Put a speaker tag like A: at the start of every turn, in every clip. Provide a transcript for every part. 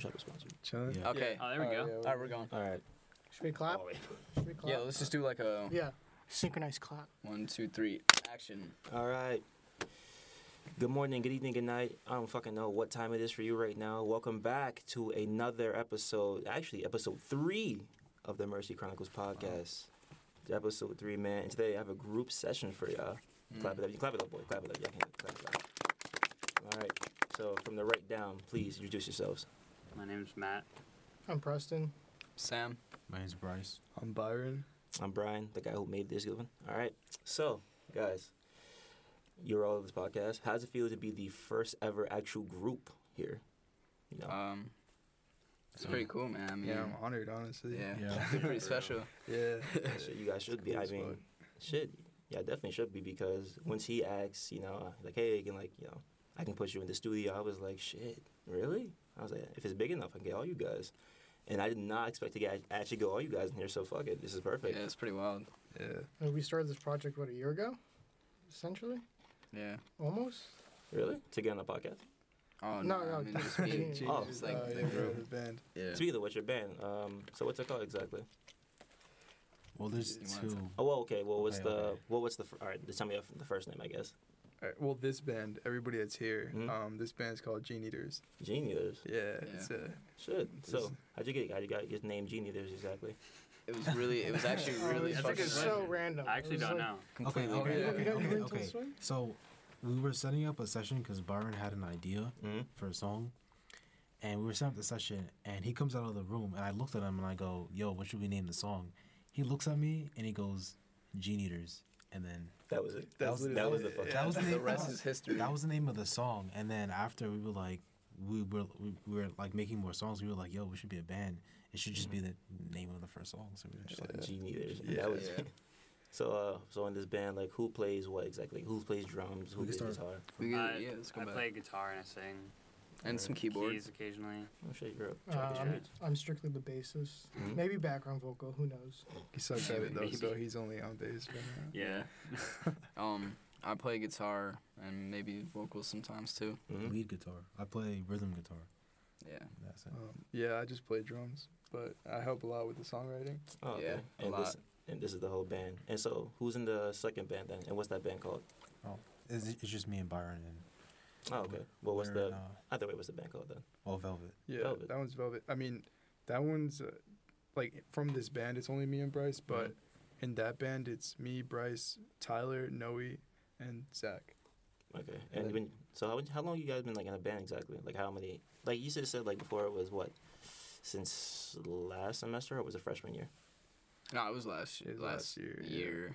A: shop is sponsored.
B: Chilling.
A: Yeah.
C: Okay.
D: Oh, there we go.
C: All right, we're going.
A: All right.
B: Should we clap? Should we clap?
C: Yeah, let's just do like a
B: Yeah. Synchronized clap.
C: one, two, three, action.
A: All right. Good morning, good evening, good night. I don't fucking know what time it is for you right now. Welcome back to another episode, actually, episode three of the Mercy Chronicles podcast. Episode three, man. And today I have a group session for y'all.
C: Mm,
A: Clap it up. You clap it up, boy. Clap it up. Y'all can clap it up. All right. So from the right down, please introduce yourselves.
D: My name's Matt.
B: I'm Preston.
C: Sam.
E: My name's Bryce.
F: I'm Byron.
A: I'm Brian, the guy who made this good one. All right. So, guys, you're all of this podcast. How's it feel to be the first ever actual group here? You know,
C: Um, it's pretty cool, man. I mean,
F: Yeah, I'm honored, honestly.
C: Mm. yeah,
E: Yeah.
C: pretty special.
F: Yeah.
A: so you guys should be. I
F: That's
A: mean,
F: fine.
A: should yeah, definitely should be because once he asks, you know, uh, like, hey, can like, you know, I can put you in the studio. I was like, shit, really? I was like, if it's big enough, I can get all you guys. And I did not expect to get actually go all you guys in here. So fuck it, this is perfect.
C: Yeah, it's pretty wild.
F: Yeah.
B: And we started this project, what, a year ago? Essentially?
C: Yeah.
B: Almost?
A: Really? To get on the podcast?
C: Oh
B: No,
C: no,
B: no,
C: I mean, just
B: no,
C: being,
B: Jesus.
A: Oh.
C: just like
F: Oh,
C: the
F: yeah,
C: group.
F: the band.
C: Yeah.
A: Speaking of which, your band. Um, so what's it called exactly?
E: Well, there's
C: You wanna
E: two.
A: Oh well, okay. Well, what's
E: Okay,
A: the
E: okay.
A: what was the fir- all right? just Tell me the- the first name, I guess.
F: Alright, well, this band, everybody that's here,
C: Hmm?
A: Mhm.
F: um, this band's called Gene Eaters.
A: Genius.
F: Yeah. It's uh, a,
A: Shit. So
F: This-
A: how'd you get how'd you got his name Genius exactly?
C: It was really, it was actually
B: Oh,
C: really
B: it's
D: think
C: fucking
D: it's
B: so
D: random.
B: random.
D: I actually
B: It was
D: don't
B: like-
D: know.
C: completely.
E: Okay,
C: random.
B: You don't
E: okay,
B: even
E: okay.
B: tell us one?
E: So we were setting up a session because Byron had an idea
A: Mm-hmm.
E: for a song, and we were setting up the session. And he comes out of the room, and I looked at him and I go, "Yo, what should we name the song?" He looks at me and he goes, "Gene Eaters." And then
A: That was it.
F: That's
A: That was, that was the
F: literally-
A: fuck.
F: yeah.
E: that was the
C: The
E: name.
C: rest is history.
E: that was the name of the song. And then after we were like, we were we were like making more songs. We were like, "Yo, we should be a band. It should just be the name of the first song." So we were just like,
A: Genius.
F: Yeah.
A: That was.
C: Yeah.
A: So uh, so in this band, like who plays what exactly? Who plays drums? Who
E: We
A: plays
E: can start-
A: guitar?
C: We could-
D: I,
C: yeah, let's go
D: I
C: back.
D: play guitar and I sing.
C: and some keyboards.
D: Keys occasionally.
A: Oh shit, you're up.
B: Uh,
A: Check
B: I'm,
A: it,
B: I'm strictly the bassist.
A: Mhm.
B: Maybe background vocal, who knows?
F: he sucks at it, though,
D: Maybe.
F: so he's only on bass right now.
D: Yeah.
C: Um, I play guitar and maybe vocals sometimes too.
A: Mhm.
E: lead guitar. I play rhythm guitar.
C: Yeah.
E: That's it.
F: Um, yeah, I just play drums, but I help a lot with the songwriting.
A: Oh, okay.
C: Yeah, a
A: and this
C: lot.
A: and this is the whole band. And so who's in the second band then? And what's that band called?
E: It's, it's just me and Byron and.
A: Oh okay. Well, what's
E: we're in,
A: the
E: uh,
A: either way? What's the band called then?
E: oh Velvet?
F: Yeah,
A: Velvet.
F: that one's Velvet. I mean, that one's uh, like from this band, it's only me and Bryce, but in that band, it's me, Bryce, Tyler, Noe, and Zach.
A: Okay. And
F: And then-
A: when, so how how long you guys been like in a band exactly? Like how many? Like you just said like before it was what since last semester or was it freshman year?
C: No, it was last year.
F: It was
C: last
F: last
C: year.
F: year,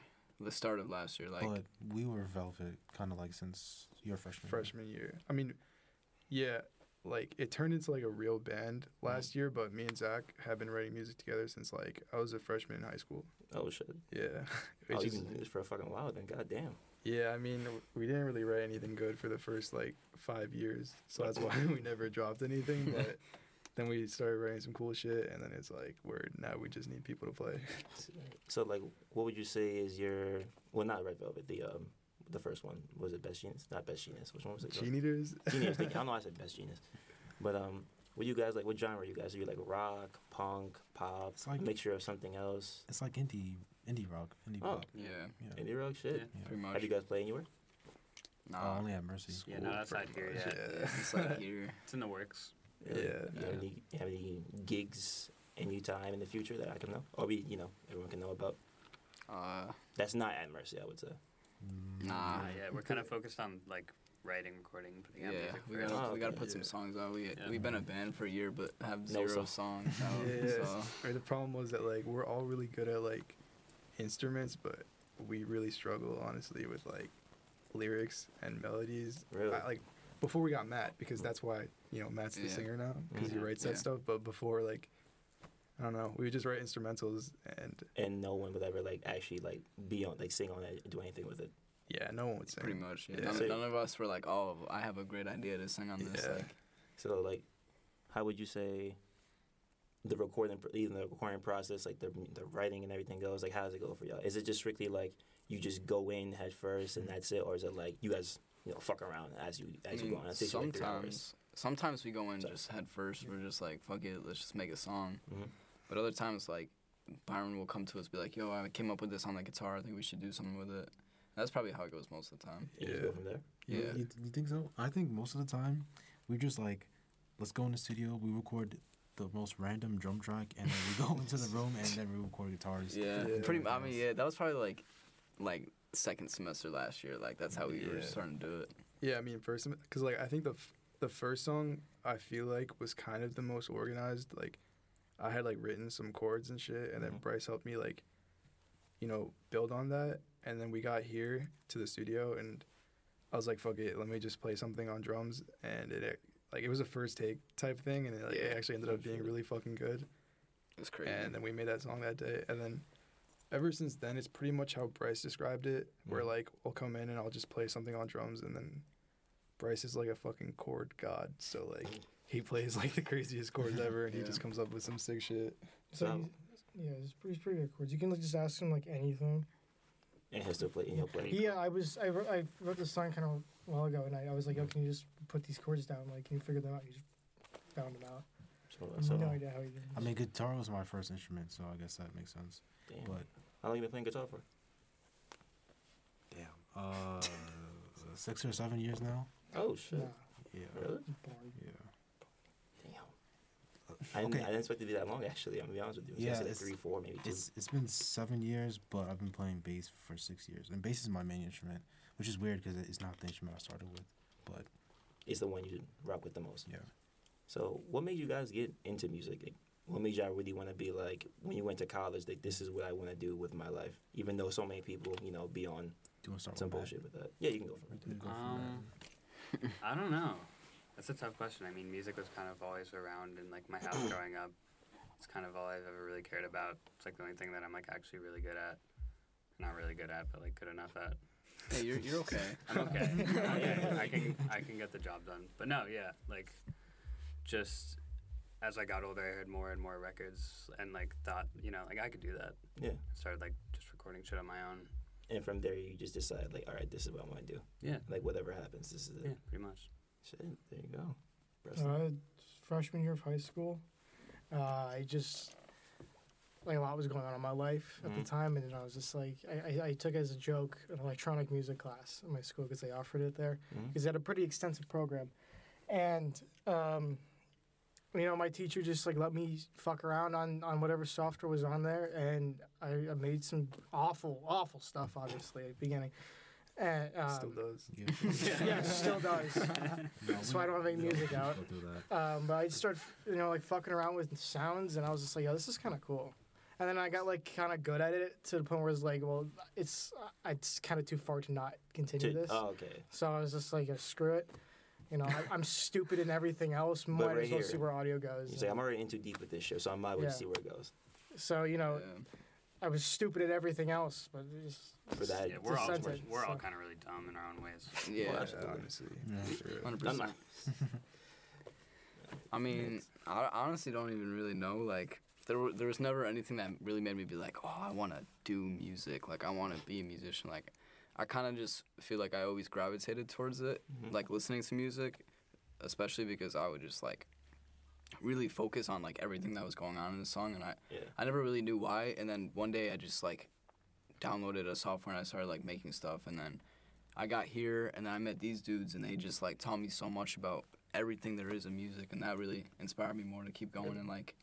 F: yeah.
C: The start of last year, like
E: but we were Velvet kind of like since your freshman. year.
F: freshman year. I mean, yeah, like it turned into like a real band last year, but me and Zach have been writing music together since like I was a freshman in high school.
A: Oh shit!
F: Yeah.
A: Oh,
F: Which
A: you've
F: is-
A: been doing this for a fucking while then. God damn.
F: yeah, I mean, we didn't really write anything good for the first like five years, so that's why we never dropped anything, but. Then we started writing some cool shit, and then it's like, word, now we just need people to play.
A: So like, what would you say is your well not Red Velvet the um the first one was it Best Genius not Best Genius which one was it
F: Gene Eaters?
A: Genius thank you. I don't know why I said Best Genius, but um were you guys like what genre are you guys are you like rock punk pop
E: It's like-
A: a mixture of something else
E: It's like indie, indie rock, indie
A: Oh.
E: pop.
C: yeah,
E: Yeah.
A: indie rock shit?
D: Yeah.
C: pretty much.
A: Have you guys played anywhere?
E: Oh,
C: Nah,
E: only at Mercy.
D: Yeah, no, that's not here yet.
C: it's like here.
D: It's in the works.
A: Really?
F: Yeah.
A: You have any, you have any gigs anytime in the future that I can know, or we, you know, everyone can know about?
C: Uh,
A: That's not at Mercy, I would say.
E: Mm,
C: Nah,
D: Uh, yeah, we're kind of focused on like writing, recording, putting
C: Ah. yeah,
D: out music
C: we
D: first.
C: gotta
A: Oh,
C: we gotta
A: okay.
C: put some songs out. We
D: Yeah.
C: we've been a band for a year, but have
A: No
C: zero
A: songs.
C: songs out.
F: Yeah.
C: Oh, So
F: Or the problem was that like we're all really good at like instruments, but we really struggle honestly with like lyrics and melodies.
A: Really?
F: I, like before we got Matt, because that's why you know Matt's the
C: Yeah. Mm-hmm.
F: singer now because he
D: Mhm.
F: writes
C: Yeah.
F: that stuff. But before like I don't know, we would just write instrumentals and
A: And no one would ever like actually like be on like sing on it, do anything with it.
F: yeah, no one would sing.
C: pretty much, yeah.
F: Yeah.
C: None,
A: So-
C: none of us were like, oh, I have a great idea to sing on this.
F: Yeah.
C: Like,
A: So like, how would you say the recording, pr- even the recording process, like the the writing and everything goes? Like, how does it go for y'all? Is it just strictly like you just go in head first and that's it, or is it like you guys you know fuck around as you
C: I
A: as you
C: mean,
B: Mm,
A: go on? It takes you, like, three hours.
C: sometimes sometimes we go in just head first. We're just like, fuck it, let's just make a song.
A: Mhm.
C: But other times, like Byron will come to us, be like, yo, I came up with this on the guitar. I think we should do something with it. That's probably how it goes most of the time.
A: You just
F: Yeah.
A: go from there.
E: You-
C: Yeah.
E: You, you think so? I think most of the time, we just like, let's go in the studio. We record the most random drum track, and then we go into the room, and then we record guitars.
C: Yeah,
F: Yeah.
C: pretty. I mean, yeah, that was probably like, like second semester last year. Like that's how we were
F: Yeah.
C: starting to do it.
F: Yeah, I mean, first, because like I think the f- the first song I feel like was kind of the most organized. Like, I had like written some chords and shit, and then
C: Mm-hmm.
A: Mhm.
F: Bryce helped me like, you know, build on that. And then we got here to the studio, and I was like, "Fuck it, let me just play something on drums." And it ac- like it was a first take type thing, and it, like, it
C: Yeah.
F: actually ended up being really fucking good.
C: It was crazy.
F: And then we made that song that day. And then ever since then, it's pretty much how Bryce described it. Where
A: Mhm.
F: like we'll come in and I'll just play something on drums, and then Bryce is like a fucking chord god. So like he plays like the craziest chords ever, and he
C: Yeah.
F: just comes up with some sick shit.
B: So,
A: So-
B: he's- yeah, it's pretty, it's pretty good chords. You can like, just ask him like anything.
A: And he'll still play. And he'll play.
B: Yeah, I was I wrote, I wrote this song kind of a while ago, and I, I was like, "Yo, can you just put these chords down? Like, can you figure them out?" You just found them out.
A: So, so
B: no
A: long.
B: idea how he did.
E: I mean, guitar was my first instrument, so I guess that makes sense.
A: Damn.
E: But
A: How long you been playing guitar for?
E: damn, uh, six or seven years now.
A: Oh shit.
B: nah,
E: Yeah.
A: Really?
B: boring.
E: Yeah.
A: Damn. I didn't, I didn't expect it to be that long actually. I'm gonna be honest with you.
E: Yeah,
A: Yeah,
E: it's-
A: three, four, maybe two.
E: It's it's been seven years, but I've been playing bass for six years, and bass is my main instrument, which is weird because it's not the instrument I started with. But
A: It's the one you rock with the most.
E: yeah,
A: So, what made you guys get into music? Like, what made y'all really want to be like when you went to college? Like, this is what I want to do with my life. Even though so many people, you know, be on
E: do you want to start
A: some
E: with that?
A: bullshit with that. Yeah, you can go for
E: We
A: it.
E: can go from
D: Um, I don't know. That's a tough question. I mean, music was kind of always around in like my house growing up. It's kind of all I've ever really cared about. It's like the only thing that I'm like actually really good at. Not really good at, but like good enough at.
C: hey, you're you're okay.
D: I'm okay. I'm okay. I can I can get the job done. But no, yeah, like just as I got older, I heard more and more records and like thought, you know, like I could do that.
A: Yeah.
D: started like just recording shit on my own.
A: And from there, you just decide like, all right, this is what I want to do.
D: Yeah.
A: Like, whatever happens, this is it.
D: Yeah, pretty much.
A: Shit, there you go. Preston.
B: Uh, freshman year of high school, uh, I just like a lot was going on in my life at
A: Mhm.
B: the time, and then I was just like, I, I, I took as a joke an electronic music class in my school because they offered it there
A: Mhm.
B: because they had a pretty extensive program, and um, you know my teacher just like let me fuck around on on whatever software was on there, and I, I made some awful awful stuff obviously at the beginning, and um,
F: Still does.
E: there.
B: yeah, still does.
E: Yeah. No,
B: So I
E: we-
B: don't have any
E: we
B: music
E: we
B: out.
E: go through that.
B: Um, but I just started, you know, like fucking around with sounds, and I was just like, "Yo, this is kind of cool." And then I got like kind of good at it to the point where it's like, "Well, it's it's kind of too far to not continue
A: To-
B: this."
A: oh, okay.
B: So I was just like, "Yeah, "Screw it," you know. I, I'm stupid in everything else. Might
A: right
B: as well
A: here,
B: see where audio goes.
A: You say I'm already in too deep with this shit, so I might as well just see
B: Yeah.
A: where it goes.
B: so you know, I was stupid at everything else, but it just,
A: For that,
D: Yeah, we're all
B: Just
D: we're,
B: sent it,
D: we're all
B: so.
D: kind of really dumb in our own ways.
C: yeah, yeah.
A: that's- Absolutely.
F: uh, honestly.
E: Yeah.
F: for real.
C: Hundred
A: I'm
C: percent.
A: not-
C: I mean, I I honestly don't even really know. Like, there were, there was never anything that really made me be like, oh, I want to do music. Like, I want to be a musician. Like, I kind of just feel like I always gravitated towards it.
A: Mhm.
C: Like listening to music, especially because I would just like really focus on like everything that was going on in the song, and I
A: yeah.
C: I never really knew why. And then one day I just like downloaded a software and I started like making stuff. And then I got here and then I met these dudes and they just like taught me so much about everything there is in music. And that really inspired me more to keep going and like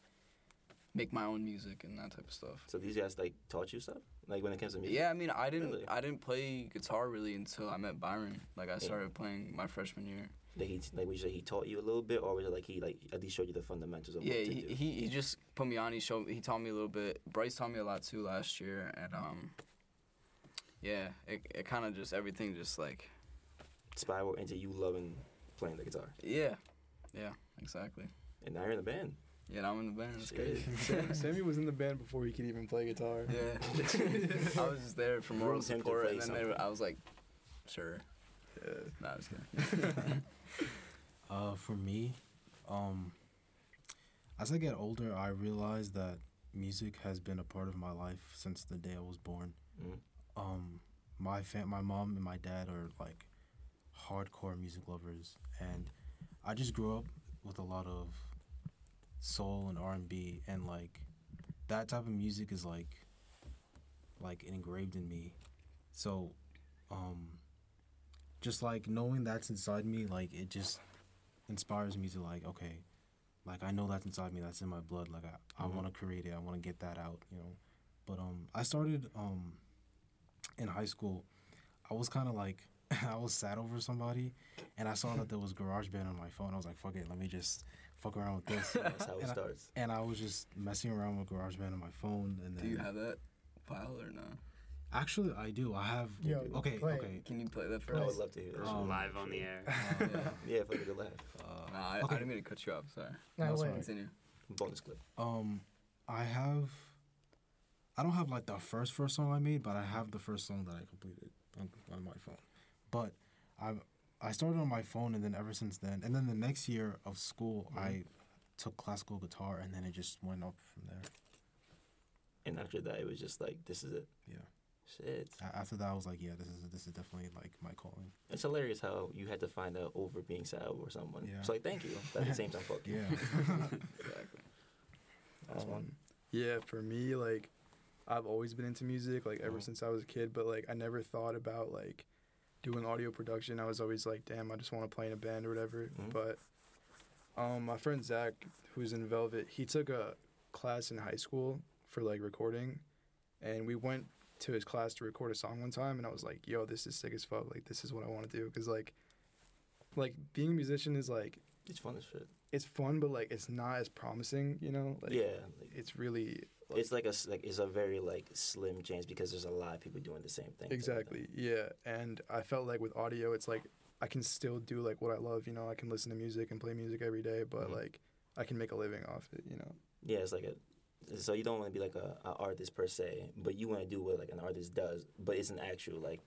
C: make my own music and that type of stuff.
A: So these guys like taught you stuff, like when it comes to music.
C: Yeah, I mean, I didn't
A: Really?
C: I didn't play guitar really until I met Byron. Like I started playing my freshman year.
A: Like he, like would you say he taught you a little bit, or was it like he like at least showed you the fundamentals of
C: Yeah,
A: what to
C: he,
A: do?
C: he he just put me on. He showed he taught me a little bit. Bryce taught me a lot too last year, and um, yeah, it it kind of just everything just like
A: spiral into you loving playing the guitar.
C: yeah, yeah, exactly.
A: And now you're in the band.
C: Yeah, now I'm in the band. It's
A: Shit.
C: crazy.
F: Sam- Sammy was in the band before he could even play guitar.
C: Yeah, I was just there for moral
A: Groomed him to
C: support,
A: play
C: and then they
A: something.
C: were, I was like, sure.
F: Yeah.
C: No, I was kidding.
E: Uh, for me, um, as I get older, I realize that music has been a part of my life since the day I was born.
A: Mhm.
E: Um, my fam- my mom and my dad are like hardcore music lovers, and I just grew up with a lot of soul and R and B, and like that type of music is like like engraved in me. So, um, just like knowing that's inside me, like it just inspires me to like okay, like I know that's inside me, that's in my blood. Like I, I
A: Mhm.
E: want to create it, I want to get that out, you know. But um, I started um in high school. I was kind of like I was sad over somebody, and I saw that there was GarageBand on my phone. I was like, fuck it, let me just fuck around with this.
A: That's how it
E: And I-
A: starts.
E: and I was just messing around with GarageBand on my phone, and then
C: Do you have that file or no?
E: actually I do. I have.
B: Yo,
E: okay,
B: play it.
E: okay.
C: Can you play that for
A: I
C: us?
A: would love to hear that.
E: Oh, Um,
D: live on the air.
E: Uh,
C: yeah.
A: Yeah, if I could laugh.
E: uh,
C: Nah, I, I
E: Okay.
C: didn't mean to cut you off. Sorry.
B: No,
E: That's
B: way.
E: right.
C: Continue.
A: Bonus clip.
E: Um, I have. I don't have like the first first song I made, but I have the first song that I completed on, on my phone. But I I started on my phone, and then ever since then, and then the next year of school,
B: Mm-hmm.
E: I took classical guitar, and then it just went up from there.
A: And after that, it was just like, this is it.
E: Yeah.
A: Shit.
E: A- After that, I was like, yeah, this is this is definitely like my calling.
A: It's hilarious how you had to find out over being sad over someone.
E: Yeah.
A: It's like, thank you. But at the same time, fuck you.
E: Yeah.
C: Exactly.
A: That's one.
F: Um, Yeah, for me, like, I've always been into music, like, ever
E: Mhm.
F: since I was a kid, but, like, I never thought about, like, doing audio production. I was always like, damn, I just want to play in a band or whatever.
A: Mhm.
F: But um, my friend Zach, who's in Velvet, he took a class in high school for, like, recording, and we went to his class to record a song one time, and I was like, yo, this is sick as fuck. Like, this is what I want to do. Because, like, like, being a musician is, like,
A: It's fun as shit.
F: it's fun, but, like, it's not as promising, you know? Like,
A: yeah. like,
F: It's really
A: it's like a s- like it's a very like slim chance because there's a lot of people doing the same thing. type of thing.
F: Exactly. Yeah, and I felt like with audio, it's like I can still do like what I love. You know, I can listen to music and play music every day, but
A: Mhm.
F: like I can make a living off it. You know.
A: Yeah, it's like a. So you don't want to be like a, a artist per se, but you want to do what like an artist does, but it's an actual like,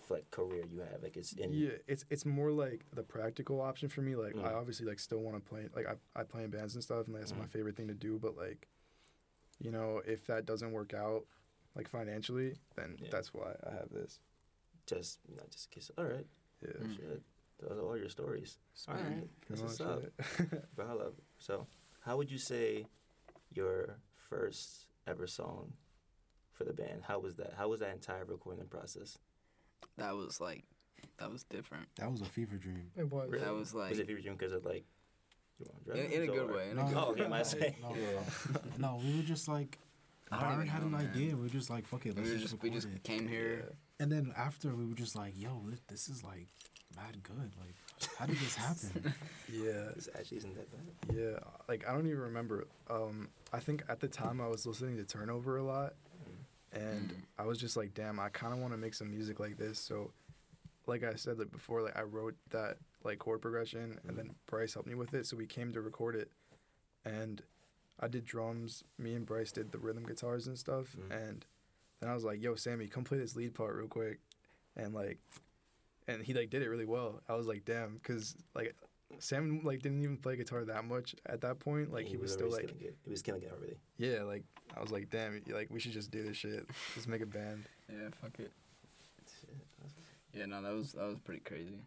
A: f- like career you have. Like it's in.
F: yeah, it's it's more like the practical option for me. Like I
A: Mm.
F: obviously like still want to play. Like I I play in bands and stuff, and that's my
A: Mhm.
F: favorite thing to do. But like, you know, if that doesn't work out, like financially, then
A: Yeah.
F: that's why I have this.
A: Just you know, just kiss. All right.
F: Yeah.
C: Mm.
A: Shit. Those are all your stories. All
C: Sweet.
A: right. That's
F: Pretty
A: what's
F: much
A: up.
F: it.
A: But I love. So, how would you say your first ever song for the band? How was that? How was that entire recording process?
C: That was like, that was different.
E: that was a fever dream.
B: It was.
A: Really?
C: That was like,
A: was it you were doing because of like, you want
C: in, in a good way. In a
E: No,
C: good
A: Oh,
C: way.
A: okay, my say.
E: no, no, we were just like,
C: I don't
E: Byron
C: even
E: had
C: know,
E: an
C: man.
E: idea. We were just like, fuck it,
C: We
E: let's
C: were
E: just
C: just, we
E: record
C: just
E: it.
C: came here.
E: And then after, we were just like, yo, li- this is like mad good. Like, how did this happen?
F: Yeah. yeah.
A: This actually isn't that bad.
F: Yeah, like I don't even remember. Um, I think at the time I was listening to Turnover a lot, and
C: Mm.
F: I was just like, "Damn, I kind of want to make some music like this." So, like I said like before, like I wrote that like chord progression, and then Bryce helped me with it. So we came to record it, and I did drums. Me and Bryce did the rhythm guitars and stuff,
A: Mm.
F: and then I was like, "Yo, Sammy, come play this lead part real quick," and like, and he like did it really well. I was like, "Damn," because like. Sam like didn't even play guitar that much at that point. Like he was still
A: already
F: like
A: killing it. He was killing it already.
F: yeah, like I was like, damn, y- like we should just do this shit. Just make a band.
C: Yeah, fuck it.
A: Shit.
C: Yeah, no, that was that was pretty crazy.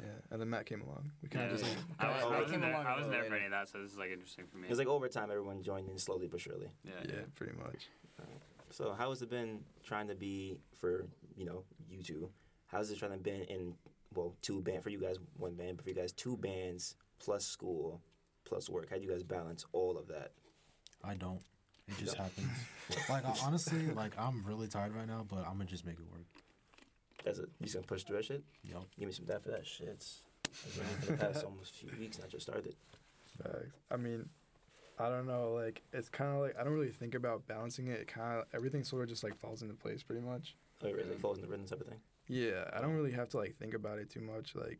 F: Yeah, and then Matt came along. We kind
D: Yeah,
F: of just
D: yeah.
F: like
D: I, was, I
A: I
D: wasn't
C: came
D: there,
C: along a
D: I wasn't
C: little
D: there for
C: later.
D: any of that, so this is like interesting for me.
A: It was like over time, everyone joined in slowly but surely.
D: yeah,
F: yeah, pretty much.
A: So how has it been trying to be for you know you two? How's it trying to been in well two band for you guys one band, but for you guys two bands plus school plus work. How do you guys balance all of that?
E: I don't. It just happens. Like, I, honestly, like, I'm really tired right now, but I'm gonna just make it work.
A: That's it. You just gonna push through that shit?
E: Yo,
A: Give me some dap for that shit. I've been for the past almost few weeks, and I just started.
F: Facts. I mean, I don't know. Like it's kind of like I don't really think about balancing it. It kind of everything sort of just like falls into place pretty much.
A: Oh, it really falls in the rhythm type of thing.
F: Yeah, I don't really have to like think about it too much. Like,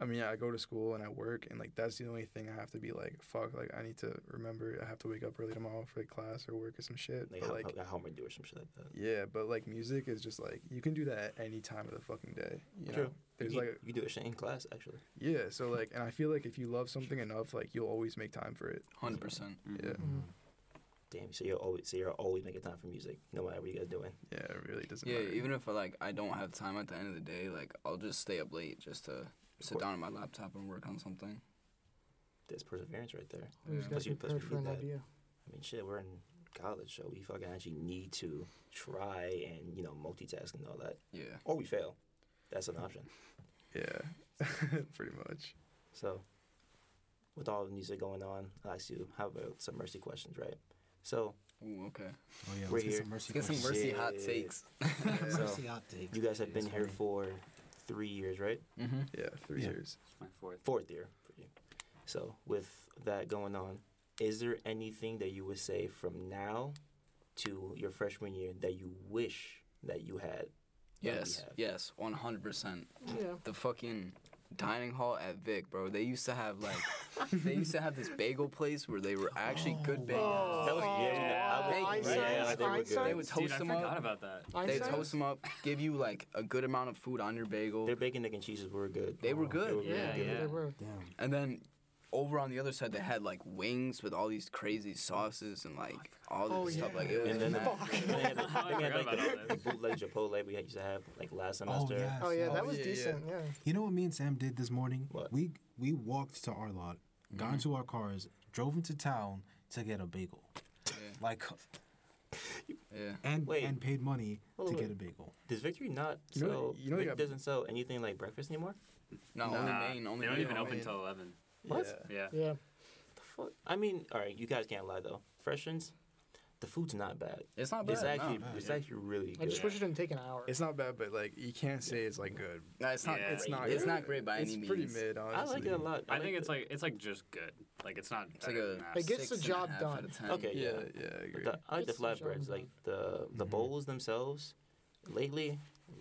F: I mean, I go to school and I work, and like that's the only thing I have to be like, fuck. Like I need to remember. I have to wake up early tomorrow for like, class or work or some shit.
A: Like,
F: but,
A: how,
F: like
A: how, how do or some shit like that.
F: Yeah, but like music is just like you can do that at any time of the fucking day. You know,
A: True.
F: there's
A: you,
F: like
A: you do a shit in class actually.
F: yeah, so like, and I feel like if you love something enough, like you'll always make time for it.
C: Hundred percent.
F: Yeah,
B: Mhm.
E: Oh,
A: Damn. So you're always so you're always making time for music, no matter what you guys doing.
F: yeah, it really doesn't
C: Yeah,
F: matter.
C: even if like I don't have time at the end of the day, like I'll just stay up late just to sit down on my laptop and work on something.
A: That's perseverance right there.
B: We just
C: Yeah.
B: got
A: Plus
B: to
A: you-
B: be
A: plus we
B: prepared for an
A: need that.
B: idea.
A: I mean, shit, we're in college, so we fucking actually need to try and, you know, multitask and all that.
C: Yeah.
A: Or we fail. That's
F: Hmm.
A: an option.
F: Yeah, pretty much.
A: So, with all the music going on, I ask you, how about some mercy questions, right? So,
C: Ooh, okay.
E: Oh yeah,
A: We're
E: let's get
A: here.
E: some mercy.
C: Let's get some
E: questions.
C: mercy hot
A: Shit.
C: takes.
A: so
E: Mercy hot takes.
A: you guys have
E: Dude,
A: been
E: it's
A: here
E: funny.
A: for three years, right?
C: Mm-hmm.
F: Yeah, three
E: Yeah.
F: years.
D: It's my fourth.
A: Fourth year for you. So, with that going on, is there anything that you would say from now to your freshman year that you wish that you had? that we
C: Yes,
A: have?
C: yes, one hundred percent.
B: Yeah.
C: The fucking dining hall at Vic, bro. They used to have like, they used to have this bagel place where they were actually good bagels.
A: That was years back.
B: Oh,
A: I would- yeah,
B: Einstein's-
A: they were good.
C: They
B: Einstein's-
C: would toast
D: Dude,
C: them
D: I forgot
C: up.
D: about that.
C: They
B: Einstein's?
C: toast them up, give you like a good amount of food on your bagel,
A: Their bacon, egg, and cheeses were good.
C: They were good.
A: really
D: Yeah,
A: good.
D: yeah.
B: They were.
E: Damn.
C: and then over on the other side they had like wings with all these crazy sauces and like all this
B: Oh,
C: stuff.
B: yeah.
C: Like it was
A: And then,
C: mad.
A: uh, then they had, the-
D: I
A: then they had
D: forgot
A: like
D: about all
A: the, the
D: this.
A: bootleg Chipotle we had- used to have like last
E: Oh
A: semester.
E: yeah.
B: Oh yeah, that was
F: yeah, yeah.
B: decent. Yeah.
E: You know what me and Sam did this morning?
A: What? Mm-hmm.
E: We we walked to our lot, got into our cars, drove into town to get a bagel.
C: Yeah.
E: Like
C: yeah.
E: and
A: Wait.
E: and paid money
A: Hold
E: to
A: on,
E: get a bagel.
A: Does Victory not
F: You
A: sell?
F: know- you know you
A: Vic
F: got-
A: doesn't sell anything like breakfast anymore.
C: No, only
D: Nah,
C: main, only
D: they don't
C: main,
D: even
C: only
D: open
C: main.
D: till eleven.
A: What?
F: Yeah.
D: Yeah.
B: Yeah.
A: The fuck? I mean, all right, you guys can't lie though. Freshens, the food's not bad.
C: It's not bad.
A: It's actually,
E: no.
A: it's
D: Yeah.
A: actually really
B: I
A: good.
B: just wish it didn't take an hour.
F: It's not bad, but like you can't say it's like good.
C: no. No, it's not.
D: Yeah.
C: It's
F: It's
C: not.
F: not.
C: It's
F: good.
C: not great by any means.
F: It's pretty mid, honestly.
A: I like it a lot.
D: I think it's
A: the-
D: like it's like just good. Like it's not.
C: It's like
D: better
C: a.
D: than that.
B: It gets the
C: six and a
B: job
C: half
B: done.
C: out of 10.
A: Okay,
F: Yeah,
A: yeah.
F: yeah, I agree.
A: The, I like the
B: It's the genre.
A: flatbreads, like the
C: Mm-hmm.
A: the bowls themselves. Lately,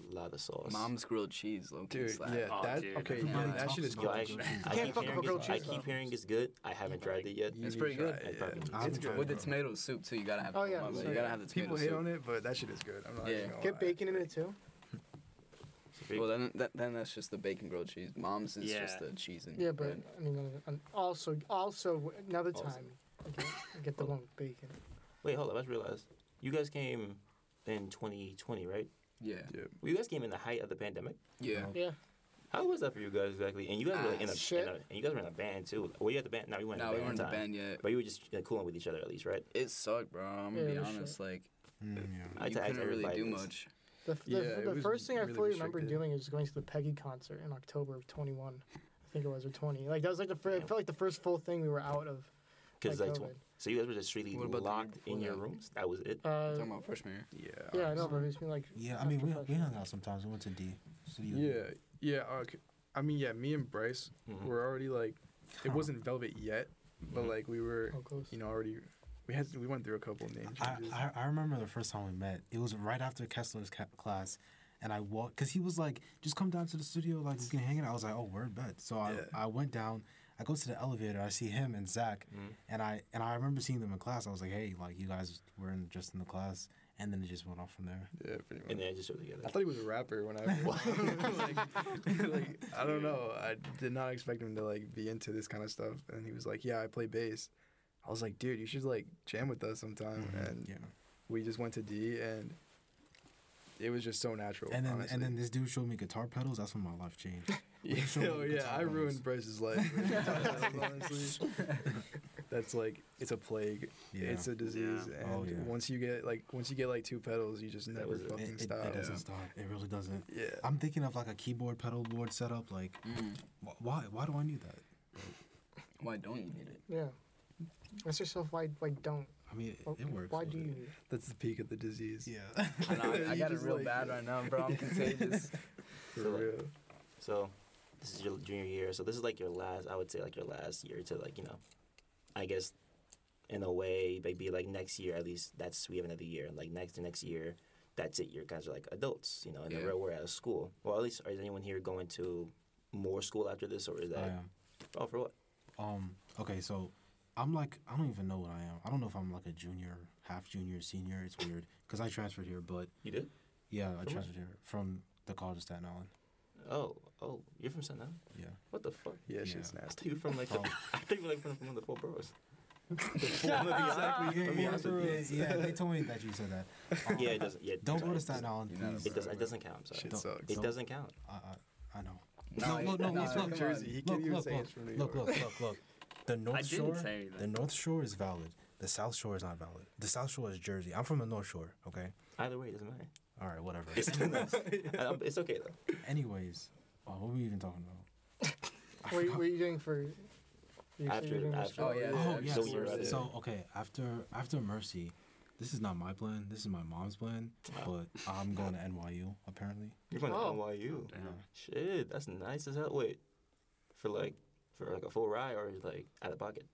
A: a lot of sauce.
C: Mom's grilled cheese, low key
F: Dude,
C: slap.
F: yeah,
D: Oh,
F: that
D: dude,
F: okay,
E: everybody
F: yeah, that
E: talks
F: shit is
E: about
A: Yo,
F: cool.
A: I, I,
E: it.
A: keep
E: You
B: can't fuck
A: hearing
B: with
A: it's-
B: grilled
A: I
B: cheese,
A: keep
B: though.
A: hearing it's good. I haven't tried it yet.
F: You
C: It's
F: need
C: pretty
F: to
C: good.
F: try it,
A: I probably-
F: yeah.
E: I
F: It's
E: would try
F: good.
C: With
E: it.
C: the tomato soup too, you gotta have.
B: Oh,
C: it,
B: yeah,
C: my
B: that's
C: boy.
B: right.
C: you gotta have the tomato
F: People
C: soup.
F: hate on it, but that shit is good. I'm not
C: Yeah.
F: even gonna
B: Get
F: lie.
B: bacon in it too.
C: Well, then, that, then that's just the bacon grilled cheese. Mom's is just
D: Yeah.
C: the cheese and
B: Yeah, but
C: bread.
B: I mean, and- and also, also another
A: Also.
B: time, okay, get the one with bacon.
A: Wait, hold up. I just realized you guys came in 2020, right?
C: yeah,
F: Yeah.
A: Well, you guys came in the height of the pandemic.
C: yeah.
B: Yeah.
A: How was that for you guys exactly? And you guys were like, in, a,
C: Ah,
B: shit.
A: in a- and you guys were in a band too. Were you at the band? No, you weren't.
C: No,
A: in
C: we
A: the band
C: weren't in the
A: time.
C: band yet.
A: But you were just uh, cooling with each other at least, right?
C: It sucked, bro. I'm gonna
B: Yeah,
C: be
B: it was
C: honest. Like
E: Mm, yeah.
A: I had
C: you
A: to ask
C: couldn't really
A: everybody
C: do
A: this.
C: much.
B: The, f- the,
F: Yeah,
B: f-
F: it
B: the
F: was
B: first thing I
F: really
B: fully remember
F: restricted.
B: doing was going to the Peggy concert in October of 21. I think it was, or 20. Like, that was like the first, it felt like the first full thing we were out of.
A: Because
B: Like
A: like, tw-
B: COVID.
A: so you guys were just really
C: What about the year
A: locked in
C: before
A: your
C: that?
A: rooms. That was it.
B: Uh,
C: Talking about freshman year.
F: Yeah.
B: yeah, I
F: honestly.
B: know, but it's been like.
E: Yeah, I mean we,
B: after
E: we hung
B: freshman.
E: out sometimes. We went to D studio.
F: Yeah, yeah. Okay. I mean, yeah. Me and Bryce
E: Mm-hmm.
A: Mhm.
F: were already like, it wasn't Velvet yet, but like we were,
B: Oh, close.
F: you know, already. We had we went through a couple name
E: I,
F: changes.
E: I, I remember the first time we met. It was right after Kessler's ca- class, and I walked because he was like, "Just come down to the studio, like we can hang out." I was like, "Oh, we're in bed." So I,
F: Yeah.
E: I went down. I go to the elevator. I see him and Zach,
F: Mm.
E: and I and I remember seeing them in class. I was like, "Hey, like you guys were in, just in the class," and then it just went off from there.
F: yeah, pretty much.
A: and then I just threw together.
F: I thought he was a rapper when I like, like I don't know. I did not expect him to like be into this kind of stuff. And he was like, "Yeah, I play bass." I was like, "Dude, you should like jam with us sometime." And
E: Mm-hmm. Yeah,
F: we just went to D, and it was just so natural.
E: and then
F: Oh, honestly.
E: and then this dude showed me guitar pedals. That's when my life changed.
F: Yeah,
E: Show me
F: oh
E: the
F: yeah,
E: guitar
F: I
E: pedals.
F: ruined Bryce's life. with guitar pedals, honestly. That's like it's a plague.
E: Yeah,
F: It's a disease. And
E: Oh, yeah.
F: once you get like once you get like two pedals, you just never
A: was it. It-
E: it,
F: fucking
E: it- it
F: stop.
E: doesn't stop. It really doesn't.
F: yeah.
E: I'm thinking of like a keyboard pedal board setup. Like,
C: Mm.
E: wh- why why do I need that?
C: Why don't you need it?
B: Yeah. Ask yourself why, why don't.
E: I mean, it,
B: Why,
E: it works.
B: why
E: so
B: do you
E: it-
B: need it?
F: That's the peak of the disease.
E: Yeah.
C: I, know, I, I
F: You
C: got it
F: just
C: real
F: like-
C: bad right now, bro. I'm contagious.
F: For
A: So, like,
F: real.
A: So this is your junior year. So this is like your last, I would say, like your last year to like you know, I guess, in a way, maybe like next year at least. That's we have another year. Like next to next year, that's it. You're guys are like adults, you know, in
C: Yeah.
A: the real world out of school. Well, at least is anyone here going to more school after this, or is
E: I
A: that
E: am.
A: oh for what?
E: Um. Okay. So, I'm like I don't even know what I am. I don't know if I'm like a junior, half junior, senior. It's weird because I transferred here, but
A: You did?
E: yeah, I
A: where?
E: transferred here from the college of Staten Island.
A: Oh, oh, you're from Staten Island?
E: Yeah.
A: What the fuck?
F: Yeah,
E: Yeah.
F: shit's
A: I
F: nasty.
A: thought you were from like the,
E: Oh.
A: I think you were like from one of the four boroughs.
E: exactly. Yeah,
A: Let me
E: yeah,
A: ask you
E: yeah, yeah, They told me that you said that. Um,
A: Yeah, it doesn't. Yeah, it
E: Don't go to
A: doesn't-
E: Staten Island,
C: You're not a
E: please.
A: It doesn't. It doesn't count. I'm sorry.
F: Shit
E: Don't- Uh.
F: sucks.
A: It doesn't count.
E: I, I, I know. No, no, no,
F: He's
E: it's
F: from
E: not-
F: Jersey. He
E: Look,
F: can't even
E: look,
F: say
E: look,
F: it's from New
E: look,
F: York.
E: look, look, look. The North
D: I didn't
E: Shore.
D: say
E: The
D: anything.
E: North Shore is valid. The South Shore is not valid. The South Shore is Jersey. I'm from the North Shore. Okay.
A: Either way, it doesn't matter.
E: All right. Whatever.
A: I- I'm- it's okay though.
E: Anyways, oh, what were we even talking about? I
B: What,
E: forgot.
B: what are you doing for? You
A: After- after-
C: Oh, yeah.
E: Oh
C: yeah,
E: yes.
A: so you're right.
E: So okay, after after Mercy, this is not my plan. This is my mom's plan. But I'm going to NYU apparently.
A: You're going to
B: Oh.
A: NYU.
D: Damn.
A: Shit, that's nice as hell. Wait, for like for like a full ride or like out of pocket?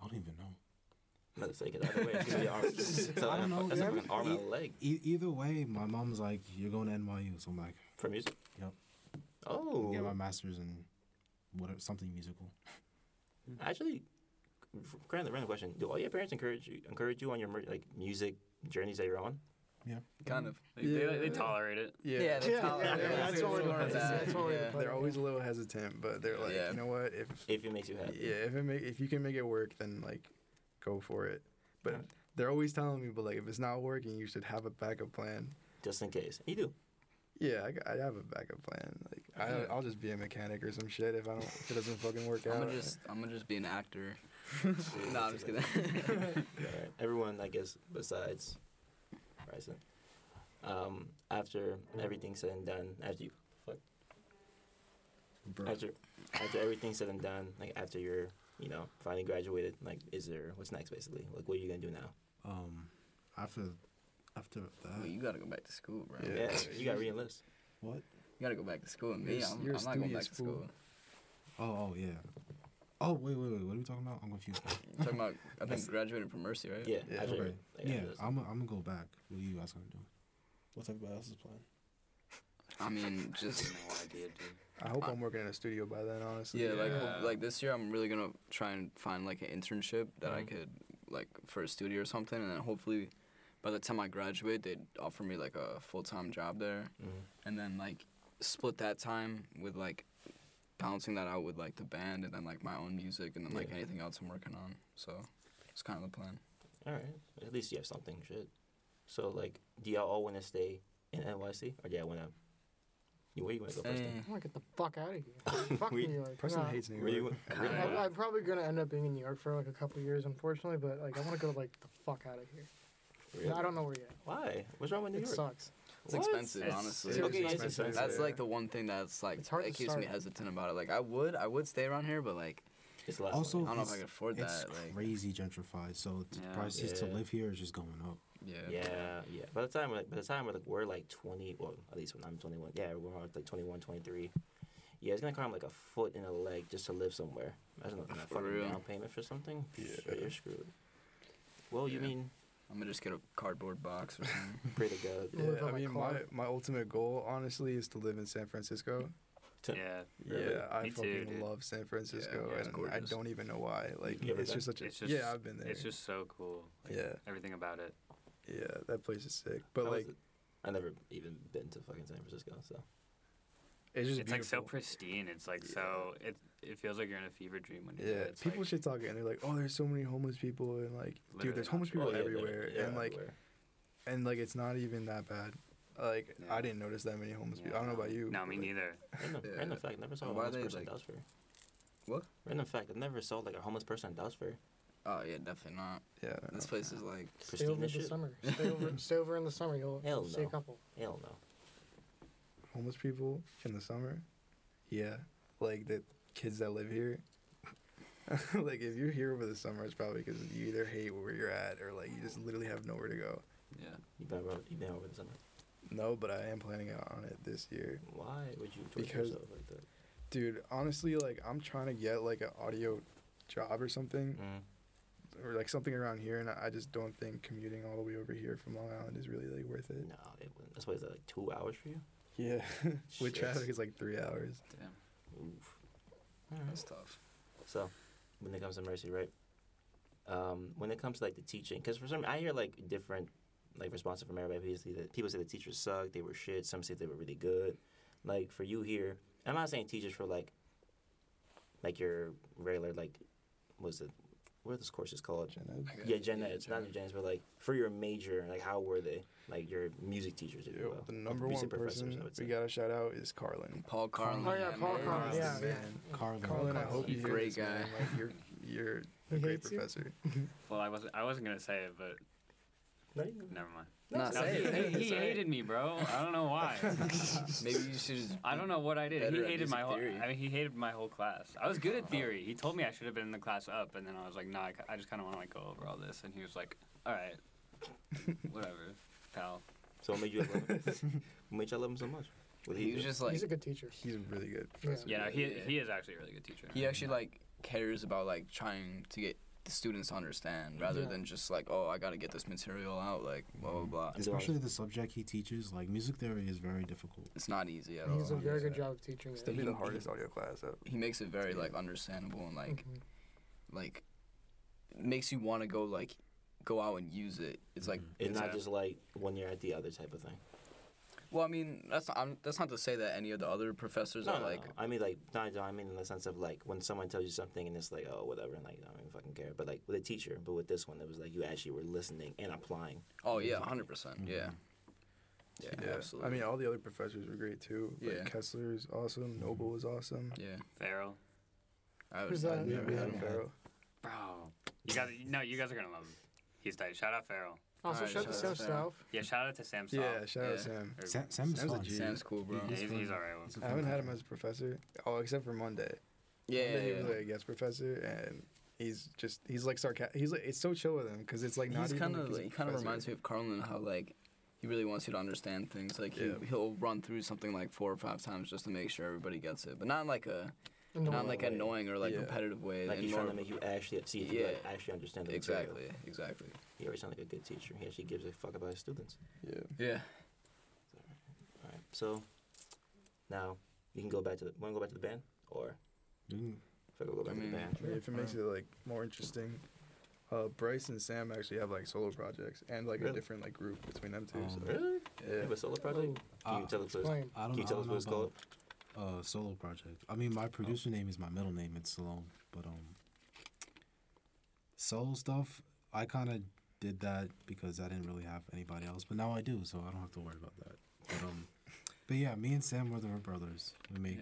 E: I don't even know.
A: I'm not saying it either way. It's gonna be an arm. It's
E: I
A: like
E: don't
A: a-
E: know,
A: That's
E: man.
A: like an arm and a leg
E: E- either way, my mom's like, "You're going to NYU," so I'm like,
A: for music.
E: Yep.
A: Oh,
E: "Get my master's in whatever something musical."
A: actually, f- random random question. Do all your parents encourage you encourage you on your mer- like music journeys that you're on?
C: Kind of.
D: They, they, they
F: Yeah.
D: tolerate it.
F: Yeah.
C: Yeah, yeah,
B: Yeah, yeah, yeah,
C: that's
B: that's what
C: what
B: we're
C: we're
B: doing.
C: at.
B: That's what we're
C: Yeah.
B: doing.
F: They're always a little hesitant, but they're like,
C: Yeah.
F: you know what? If
A: If it makes you happy.
F: yeah, if it make, if you can make it work, then like, go for it. But
A: Alright.
F: they're always telling me, but like, if it's not working, you should have a backup plan.
A: Just in case. You do.
F: Yeah, I, g- I have a backup plan. Like,
C: Yeah.
F: I, I'll just be a mechanic or some shit if I don't if it doesn't fucking work
C: I'm
F: out.
C: gonna just I'm gonna just be an actor. no, I'm just kidding.
A: Alright, Everyone, I guess, besides Bryson. Um, after everything's said and done, after you,
E: Bro.
A: after, after everything's said and done, like after you're, you know, finally graduated, like, is there what's next, basically? Like, what are you gonna do now?
E: Um, after after that,
C: Well, you gotta go back to school, bro.
F: Yeah.
A: Yeah, you got to re-enlist.
E: what?
C: You gotta go back to school. And
F: You're
C: me,
F: s-
C: I'm,
F: you're a
C: I'm not going
F: studious
C: back to
F: fool.
C: school.
E: Oh, oh yeah. Oh wait, wait, wait. What are we talking about? I'm confused.
C: You're talking about I think graduating from Mercy, right?
A: Yeah,
F: Yeah.
A: after,
E: Okay.
A: like,
E: yeah,
A: after this.
E: I'm. i I'm gonna go back. What are you guys gonna do? What's everybody else's plan?
C: I mean, just
D: No idea, dude.
F: I hope I'm working in a studio by then, honestly.
C: yeah, like
D: Yeah.
C: like this year, I'm really gonna try and find like an internship that I
A: Mhm.
C: could like for a studio or something, and then hopefully, by the time I graduate, they'd offer me like a full time job there,
A: Mhm.
C: and then like split that time with like balancing that out with like the band and then like my own music and then like
A: Yeah.
C: anything else I'm working on. So it's kind of the plan.
A: All right. At least you have something, shit. So, like, do y'all all want to stay in NYC? Or do y'all want to... You, where you want to go first? then?
C: Eh,
B: I'm gonna get the fuck out of here. fuck
A: We-
B: New York.
F: Preston
B: Nah.
F: hates New
A: Where you
F: York.
A: wa-
B: I,
A: really?
D: Yeah.
B: I'm probably gonna end up being in New York for like a couple years, unfortunately. But like, I want to go like the fuck out of here.
A: Really?
B: I don't know where yet.
A: Why? What's wrong with New
B: It
A: York?
B: sucks.
C: it's
A: What?
C: expensive,
D: It's-
C: honestly.
F: It's
A: Okay, it's
F: expensive
A: expensive.
C: That's
F: there.
C: like the one thing that's like
B: It's hard
C: it
B: to
C: keeps me
B: start.
C: hesitant about it. Like I would, I would stay around here, but like
A: It's a lot. of
E: Also-
C: I don't know if
E: It's-
C: I could afford
E: It's
C: that. Like
E: crazy gentrified. So the
D: Yeah.
E: prices to
A: Yeah.
E: live here is just going up.
C: yeah,
A: money. Yeah, yeah. By the time, like, by the time we're like, we're like 20, well, at least when I'm 21, yeah, we're around, like 21, 23. Yeah, it's gonna come like a foot and a leg just to live somewhere. Imagine like a
C: For
A: fucking
C: real.
A: down payment for something.
F: Yeah.
A: Shit, you're screwed. Well, you
C: Yeah.
A: mean
C: I'm gonna just get a cardboard box or something.
A: pray to God.
B: You live
F: Yeah, I
B: on my
F: mean, my,
B: car.
F: my ultimate goal, honestly, is to live in San Francisco.
A: To-
D: Yeah.
A: Really?
F: Yeah, I
D: Me too,
F: fucking
D: dude.
F: love San Francisco,
C: yeah, it's
F: and I
C: gorgeous.
F: don't even know why. Like,
A: You ever
F: it's
A: been?
F: just such a
D: It's just-
F: yeah. I've been there.
D: It's just so cool. Like,
F: Yeah.
D: Everything about it.
F: yeah, that place is sick. But
A: I was-
F: like,
A: I never even been to fucking San Francisco, so
F: it's just
D: It's like
F: beautiful.
D: so pristine. It's like so. It it feels like you're in a fever dream when you're
F: yeah,
D: there. It's
F: people
D: like,
F: should talk it, and they're like, "Oh, there's so many homeless people," and like, dude,
D: Literally
F: there's
D: not
F: homeless
D: true.
F: people
A: Oh, yeah, they're-
F: everywhere,
A: yeah,
F: and like,
A: everywhere.
F: and like, it's not even that bad. Like,
D: Yeah.
F: I didn't notice that many homeless
D: yeah,
F: people. I don't know
D: no.
F: about you.
D: No,
F: but,
D: me
F: like,
D: neither.
A: Random,
C: Yeah.
A: random fact, never saw a
C: And why
A: homeless
C: they,
A: person
C: like-
A: in Dallas Fair.
C: What?
A: Random fact, I never saw like a homeless person in Dallas Fair.
C: Oh yeah, definitely not.
F: Yeah, I don't
C: This
F: know.
C: place is like
B: Stay
A: Pristine
B: over
A: as
B: the
A: shit.
B: summer. Stay over, stay over in the summer. You'll
A: Hell
B: see
A: no.
B: a couple.
A: Hell no.
F: homeless people in the summer. Yeah, like the kids that live here. like if you're here over the summer, it's probably because you either hate where you're at or like you just literally have nowhere to go.
C: yeah.
A: You've been over, you've been over the summer.
F: No, but I am planning on it this year,
A: Why would you torture
F: Because-
A: yourself like that?
F: dude. Honestly, like I'm trying to get like an audio job or something,
A: Mm.
F: or like something around here, and I I just don't think commuting all the way over here from Long Island is really like worth it.
A: No, it wouldn't. That's why it's like two hours for you.
F: Yeah,
A: Shit.
F: with traffic it's like three hours.
D: Damn.
A: Oof. Alright.
C: That's tough.
A: So, when it comes to mercy, right? Um, when it comes to like the teaching, because for some, I hear like different like responses from everybody. People say that people say the teachers suck, they were shit. Some say they were really good. Like for you here, I'm not saying teachers for like like your regular like was it what what are those courses called?
G: Gen Ed.
A: Yeah, gen eds, not the gen eds, but like for your major, like how were they? Like your music teachers, if you
F: Yo,
A: will.
F: the
A: Or
F: number one
A: music professors,
F: person
A: I would
F: we
A: say.
F: gotta shout out is Carlin.
C: Paul Carlin.
B: Oh, yeah, Paul
C: man.
B: Carlin,
F: Carlin's
B: yeah,
F: the
B: yeah.
F: man.
E: Carlin.
F: Carlin, I hope you
C: He's
F: hear
C: great
F: this, man.
C: guy.
F: Like, you're you're a
B: He
F: great
B: hates you?
F: professor.
D: Well, I wasn't. I wasn't gonna say it, but
A: No, you
D: never mind.
C: Not
D: No,
C: saying it.
D: he, he hated me, bro. I don't know why.
C: Maybe you should. just
D: I don't know what I did.
C: Better
D: He
C: at
D: hated my
C: music
D: whole.
C: theory.
D: I mean, he hated my whole class. I was good at theory. He told me I should have been in the class up, and then I was like, "No, I, ca- I just kind of want to like go over all this." And he was like, "All right, whatever, pal."
A: So what made you love him? what made y'all love him so much? What did
C: He was
A: do?
C: just like
B: He's a good teacher.
F: He's a really good professor.
D: Yeah, no, he
C: Yeah.
D: he is actually a really good teacher.
C: he actually like cares about like trying to get the students to understand rather
B: Yeah.
C: than just like oh I gotta get this material out like blah blah blah.
A: Is there
E: Especially the subject he teaches, like music theory is very difficult.
C: It's not easy at
B: He's a
C: all.
B: very good
F: yeah.
B: job of teaching.
F: It's
B: it.
F: definitely the hardest audio class. Up.
C: He makes it very like understandable and like
B: Mhm.
C: like makes you want to go like go out and use it. It's like
A: It's not
D: Yeah.
A: just like one year at the other type of thing.
C: well I mean that's not, I'm, that's not to say that any of the other professors
A: No,
C: are
A: no,
C: like
A: no. I mean, like, no, no, I mean, in the sense of like when someone tells you something and it's like, oh, whatever, and like, I don't even fucking care. But like with a teacher, but with this one, it was like you actually were listening and applying.
C: oh yeah 100 percent yeah. yeah
F: Yeah,
C: absolutely
F: I mean, all the other professors were great too. Like
C: Yeah. Mm-hmm.
F: Kessler is awesome. Noble was awesome.
C: yeah
D: Farrell,
C: I
B: Who's
C: was
B: that?
C: I
F: We,
C: never
F: we
C: had
F: had
C: him.
F: Pharaoh.
D: bro. You guys, no, you guys are gonna love him. He's tight. Shout out Farrell.
B: Also,
C: Alright,
B: shout out to
C: shout
B: Sam
C: out
B: Stauf.
D: Yeah, shout out to Sam. Saul.
F: Yeah, shout
C: Yeah.
F: out Sam.
D: Or-
E: Sam, Sam is
F: Sam's a
E: fun.
F: G.
C: Sam's cool bro
D: Yeah, he's,
E: fun.
D: he's alright with
E: He's a
F: I
E: fun
F: haven't had
E: teacher.
F: him as a professor. Oh, except for Monday.
C: yeah,
F: Monday he
C: yeah,
F: was like a guest professor, and he's just he's like sarcastic. He's like it's so chill with him because it's like not
C: he's
F: even
C: kind
F: like,
C: of
F: he's a
C: like, he kind of
F: professor.
C: reminds me of Carlin how like he really wants you to understand things. Like he,
F: Yeah.
C: he'll run through something like four or five times just to make sure everybody gets it, but not in, like a not
B: Annoying.
C: in, like
A: way.
C: annoying or like
F: Yeah.
C: repetitive way.
A: Like
C: and
A: he's trying
C: more-
A: to make you actually see if you like,
C: Yeah.
A: actually understand the material.
C: exactly, exactly.
A: He always sounds like a good teacher. He actually gives a fuck about his students.
F: Yeah.
C: Yeah,
A: All right. So now you can go back to the. Want to go back to the band or
E: Mm.
A: if I go back
C: I
A: to
C: mean,
A: the band?
F: I mean, if it makes
E: Yeah.
F: it like more interesting, uh, Bryce and Sam actually have like solo projects and like a
A: Really?
F: different like group between them two.
E: Um,
F: so,
A: Really? You
F: yeah.
A: have a solo project? Can you tell
E: Uh,
A: us what it's,
B: Explain.
E: I don't,
A: can you
E: know-
A: tell
E: I
A: us
E: don't
A: what it's
E: know about-
A: called?
E: uh, solo project. I
C: Oh.
E: mean, my producer name is my middle name. It's Salone, but um, soul stuff. I kind of did that because I didn't really have anybody else, but now I do, so I don't have to worry about that. But um, but yeah, me and Sam were the brothers. We
C: yeah.
E: make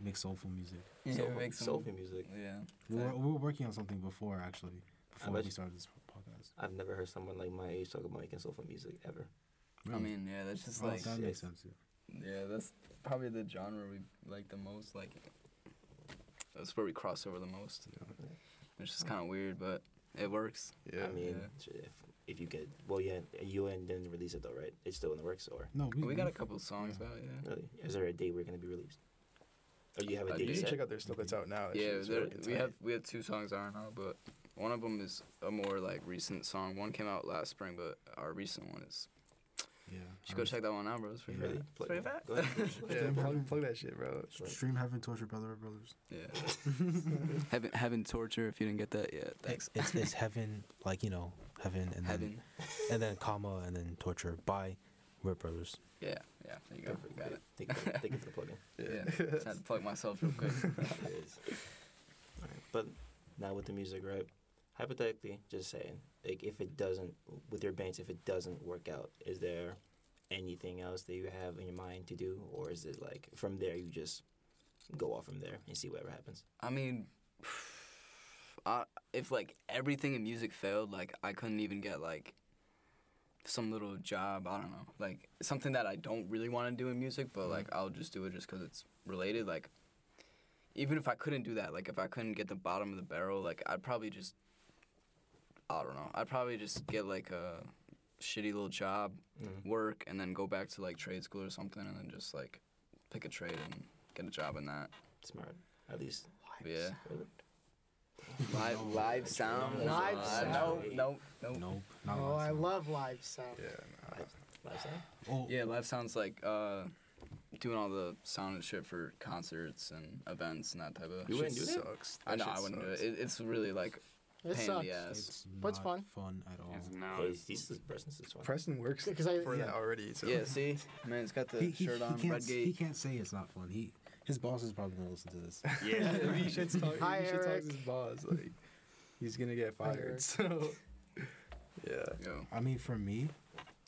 E: make soulful music.
C: Yeah,
A: soulful,
C: we make some-
A: soulful music.
C: yeah.
E: We were, we were working on something before actually, before
A: bet
E: we
A: you-
E: started this podcast.
A: I've never heard someone like my age talk about making soulful music ever.
C: I
E: Really?
C: mean, yeah, that's just
E: Oh,
C: like
E: that makes sense. Yeah.
C: yeah, that's probably the genre we like the most. Like that's where we cross over the most.
A: Yeah.
C: Which is kind of weird, but it works.
F: Yeah.
A: I mean,
C: Yeah.
A: sh- if if you could, well, yeah, you and didn't release it though, right? It's still in the works, or
E: No, we,
C: We got a
E: we've-
C: couple songs out. Yeah.
A: really? Is there a date we're gonna be released? Or you have a
C: Mm-hmm. Uh,
A: date
F: you should
A: set?
F: check out their stuff that's out now. That
C: Yeah,
F: shit is
C: there,
F: fucking
C: we
F: tight.
C: have we have two songs out now, but one of them is a more like recent song. One came out last spring, but our recent one is.
E: Yeah.
C: You should go
E: I
C: check that one out, bro. It's pretty
A: Really?
C: good.
A: Plug
C: Play
A: it.
C: that.
A: Go ahead.
F: Yeah, plug, plug that shit, bro.
E: was- Stream having torture brother brothers.
C: Yeah. heaven, heaven torture. If you didn't get that yet, thanks.
E: It's, it's heaven, like you know, heaven and then
C: Heaven.
E: and then comma and then torture by Rip Brothers.
C: Yeah, yeah. There you go.
A: Perfect.
C: Got it.
A: Thank you, thank you for the plug-in.
C: Yeah. Just had to plug myself real quick.
A: It is. Alright, But now with the music, right? Hypothetically, just saying, like if it doesn't with your bands, if it doesn't work out, is there anything else that you have in your mind to do, or is it like from there you just go off from there and see whatever happens?
C: I mean, I, if like everything in music failed, like I couldn't even get like some little job. I don't know, like something that I don't really want to do in music, but like I'll just do it just because it's related. Like even if I couldn't do that, like if I couldn't get the bottom of the barrel, like I'd probably just I don't know. I'd probably just get like a shitty little job, work, and then go back to like trade school or something, and then just like pick a trade and get a job in that.
A: Smart, at least.
C: But yeah.
A: Really?
C: Live, live sound. is
B: Live
C: on.
B: sound.
C: No, no, no.
E: Nope. Not
B: Oh, I
E: last time.
B: love live sound.
F: Yeah, nah.
A: Last time?
E: Oh,
C: Yeah, live sounds like uh, doing all the sound and shit for concerts and events and that type of.
A: You
C: shit.
A: wouldn't do
F: Shit
A: that?
F: sucks.
C: I know
F: That
C: I
F: shit
C: wouldn't do
F: sucks.
C: it. it. It's really like
B: It
C: pain in the
B: sucks.
C: ass.
E: but
B: What's fun?
E: Fun at all.
D: It's no,
A: Hey,
D: it's-
A: these is Preston's is fun.
F: Preston works
B: 'Cause I-
F: for
E: yeah.
F: that already. So.
C: Yeah, see, man, it's got the
E: He, he,
C: shirt on.
E: he, can't, s- he
C: Redgate.
E: can't say it's not fun. He his boss is probably gonna listen to this.
D: yeah.
F: he should talk.
B: Hi,
F: he should talk
B: Eric.
F: to his boss. Like, he's gonna get fired.
B: Fired.
F: So yeah,
C: Yo,
E: I mean, for me,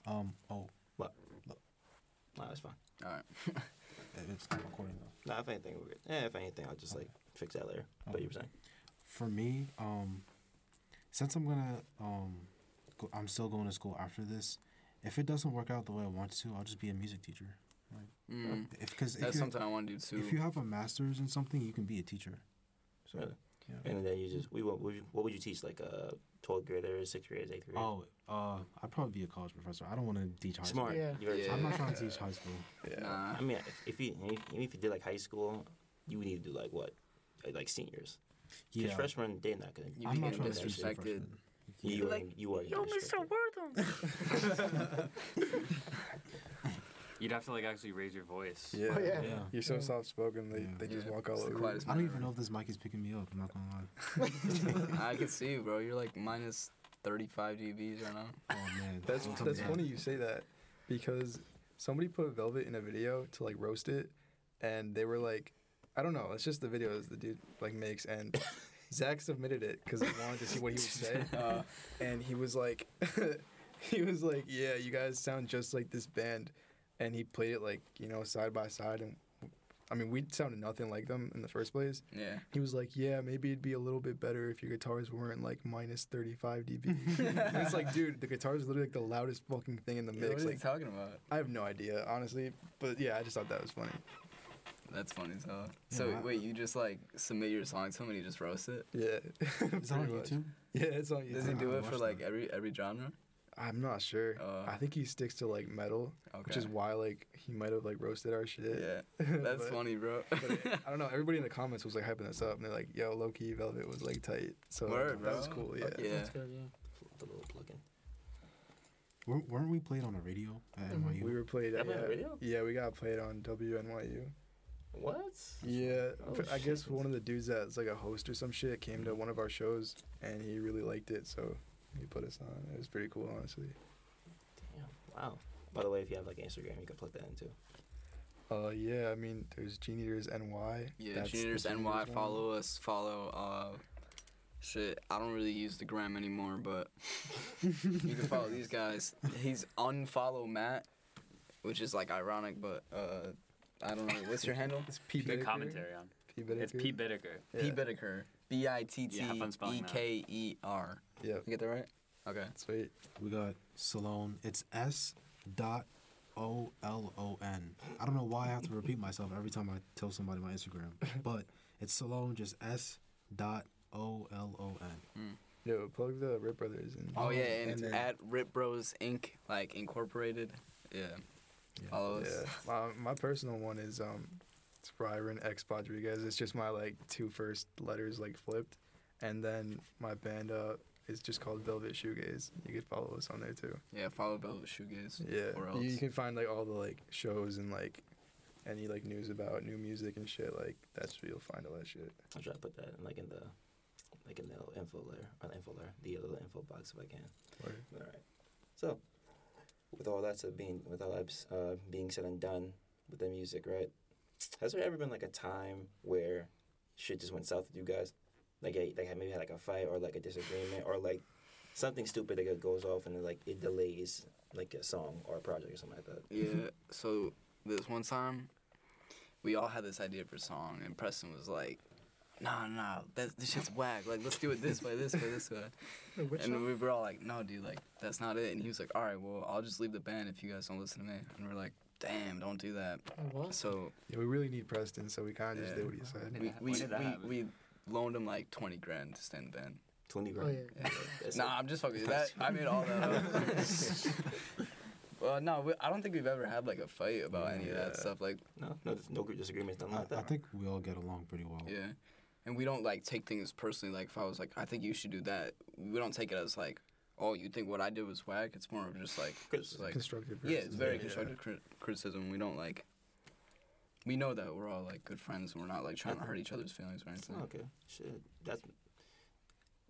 E: um, oh,
A: Nah, that's fine.
C: all right.
E: it- it's not recording though.
A: Nah, if anything, we're good. Yeah, if anything, I'll just like fix that later. But
E: Okay.
A: you were saying,
E: For me, um, since I'm gonna, um, go, I'm still going to school after this. If it doesn't work out the way I want to, I'll just be a music teacher.
C: Mm,
E: If because if,
C: that's
E: you-
C: something I want to do
E: if you
C: too.
E: have a master's in something, you can be a teacher. So,
A: Really?
E: yeah.
A: and then you just we what would you, what would you teach like uh, 12th graders, 6th graders, 8th graders?
E: Oh, uh, I'd probably be a college professor. I don't want to teach high
A: smart.
E: school.
B: Yeah.
A: You already
C: Yeah.
E: I'm not trying to teach high school.
F: yeah.
C: Nah.
A: I mean, if, if you even if you did like high school, you would need to do like what, Uh, like seniors. Because
E: Yeah,
A: freshmen, they're not gonna.
C: You
E: I'm not
C: became
E: trying to teach
C: disrespected.
E: freshmen.
A: You are,
B: Like,
A: you are.
B: Yo, Mr. Wortham.
D: You'd have to like actually raise your voice.
F: Yeah.
B: Oh, yeah.
E: Yeah.
F: You're so
B: Yeah.
F: soft spoken. They,
E: Yeah.
F: they just
C: Yeah,
F: walk
C: it's
F: all
C: the
F: over. you.
C: quietest
E: I don't even know if this mic is picking me up. I'm not gonna lie.
C: I can see, you, bro. You're like minus 35 dBs right now.
E: Oh man,
F: That's
E: don't tell me
F: that's
E: that.
F: funny you say that because somebody put Velvet in a video to like roast it, and they were like, I don't know. It's just the videos the dude like makes, and Zach submitted it because he wanted to see what he would say,
C: Uh,
F: and he was like, he was like, yeah, you guys sound just like this band, and he played it like you know side by side, and I mean we sounded nothing like them in the first place.
C: yeah.
F: He was like, "Yeah, maybe it'd be a little bit better if your guitars weren't like minus 35 dB." And it's like, dude, the guitars is literally like the loudest fucking thing in the
C: What
F: mix.
C: is he
F: Like,
C: talking about?
F: I have no idea, honestly, but yeah, I just thought that was funny.
C: That's funny as hell. So
E: Yeah, I-
C: wait, you just like submit your song to him and he just roasts it?
F: Yeah.
E: Is that on
F: Pretty much.
E: YouTube?
F: Yeah, it's on
C: Does he
F: YouTube.
E: Yeah,
C: do
E: I
C: it for
E: watched
C: like
E: that.
C: every every genre?
F: I'm not sure.
C: Uh,
F: I think he sticks to like metal,
C: Okay.
F: which is why like he might have like roasted our shit.
C: yeah.
F: But-
C: That's funny, bro.
F: but it- I don't know. Everybody in the comments was like hyping this up, and they're like, "Yo, low key Velvet was like tight." So
C: Word,
F: that was
C: bro.
F: cool. Yeah.
C: Fuck yeah.
B: That's good, yeah.
A: The little plug-in.
E: Were- Weren't we played on the radio at
B: Mhm.
E: NYU?
F: We were played
A: That
F: at
A: was on
F: yeah,
A: the radio?
F: yeah, we got played on WNYU.
A: What?
F: Yeah,
A: Oh,
F: but I guess
A: shit.
F: one of the dudes that's like a host or some shit came to one of our shows and he really liked it, so he put us on. It was pretty cool, honestly.
A: Damn. Wow. By the way, if you have like Instagram, you can plug that in too.
F: Uh, yeah, I mean, there's Gene Eaters NY.
C: Yeah,
F: That's the
C: juniors
F: Gene
C: NY.
F: Eaters one.
C: Follow us. Follow. Uh, shit. I don't really use the gram anymore, but you can follow these guys. He's unfollow Matt, which is like ironic, but uh, I don't know. What's your handle?
F: It's P.
D: Good
F: Bittaker.
D: commentary on.
F: P.
D: It's
F: Bittaker.
D: P Bittaker.
F: Yeah.
C: P Bittaker. B I T T
D: Yeah, have fun
C: E
D: spelling that.
C: K E R.
F: Yeah,
C: You get that right? Okay.
F: sweet.
E: We got Salone. It's S dot O L O N. I don't know why I have to repeat myself every time I tell somebody my Instagram, but it's Salone, just S dot O L O N.
F: Yo, plug the Rip Brothers and
C: Oh,
E: Oh,
C: yeah, and,
E: and
C: it's
E: then-
C: at Rip Bros Inc. Like incorporated. Yeah.
E: Yeah.
C: Follow us.
F: yeah. My, my personal one is um, it's Byron X Rodriguez. It's just my like two first letters like flipped, and then my band uh is just called Velvet Shoegaze. You could follow us on there too.
C: Yeah. follow Bell Shoegaze.
F: Yeah,
C: Or
F: you, you
C: else.
F: can find like all the like shows and like any like news about new music and shit. Like that's where you'll find all that shit.
A: I'll try to put that in, like in the like in the little info layer or the info layer, the little info box if I can. All right. So, with all that said being with all that uh, being said and done with the music, right? Has there ever been like a time where shit just went south with you guys? Like, a, like maybe had like a fight or like a disagreement or like something stupid that goes off and like it delays like a song or a project or something like that.
C: Yeah. So this one time, we all had this idea for a song, and Preston was like, "Nah, nah, that this shit's whack. Like, let's do it this way, this way, this way."
B: Wait, which
C: and
B: song?
C: we were all like, "No, dude, like that's not it." And he was like, "All right, well, I'll just leave the band if you guys don't listen to me." And we're like, "Damn, don't do that."
B: What?
C: So
F: Yeah, we really need Preston, so we kind of just
C: Yeah.
F: did what he said.
D: When
C: we
D: that-
C: we,
D: when did that happen?
C: we, we loaned him like twenty grand to stand the band.
A: Twenty
B: Oh,
A: grand.
B: yeah.
A: That's
C: Nah,
A: it.
C: I'm just fucking. That, I made all that. up. Well, no, we, I don't think we've ever had like a fight about any of that
F: Yeah.
C: stuff. Like,
A: no, no, there's no group disagreements, nothing
E: I,
A: like that.
E: I think we all get along pretty well.
C: Yeah. And we don't like take things personally. Like if I was like, I think you should do that. We don't take it as like, oh, you think what I did was whack. It's more of just like, it's
A: Criticism.
C: like
F: Constructive.
C: yeah, it's
F: criticism.
C: very
F: Yeah.
C: constructive cri- criticism. We don't like. We know that we're all like good friends. and We're not like trying to hurt each other's feelings or anything.
A: Okay, shit. That's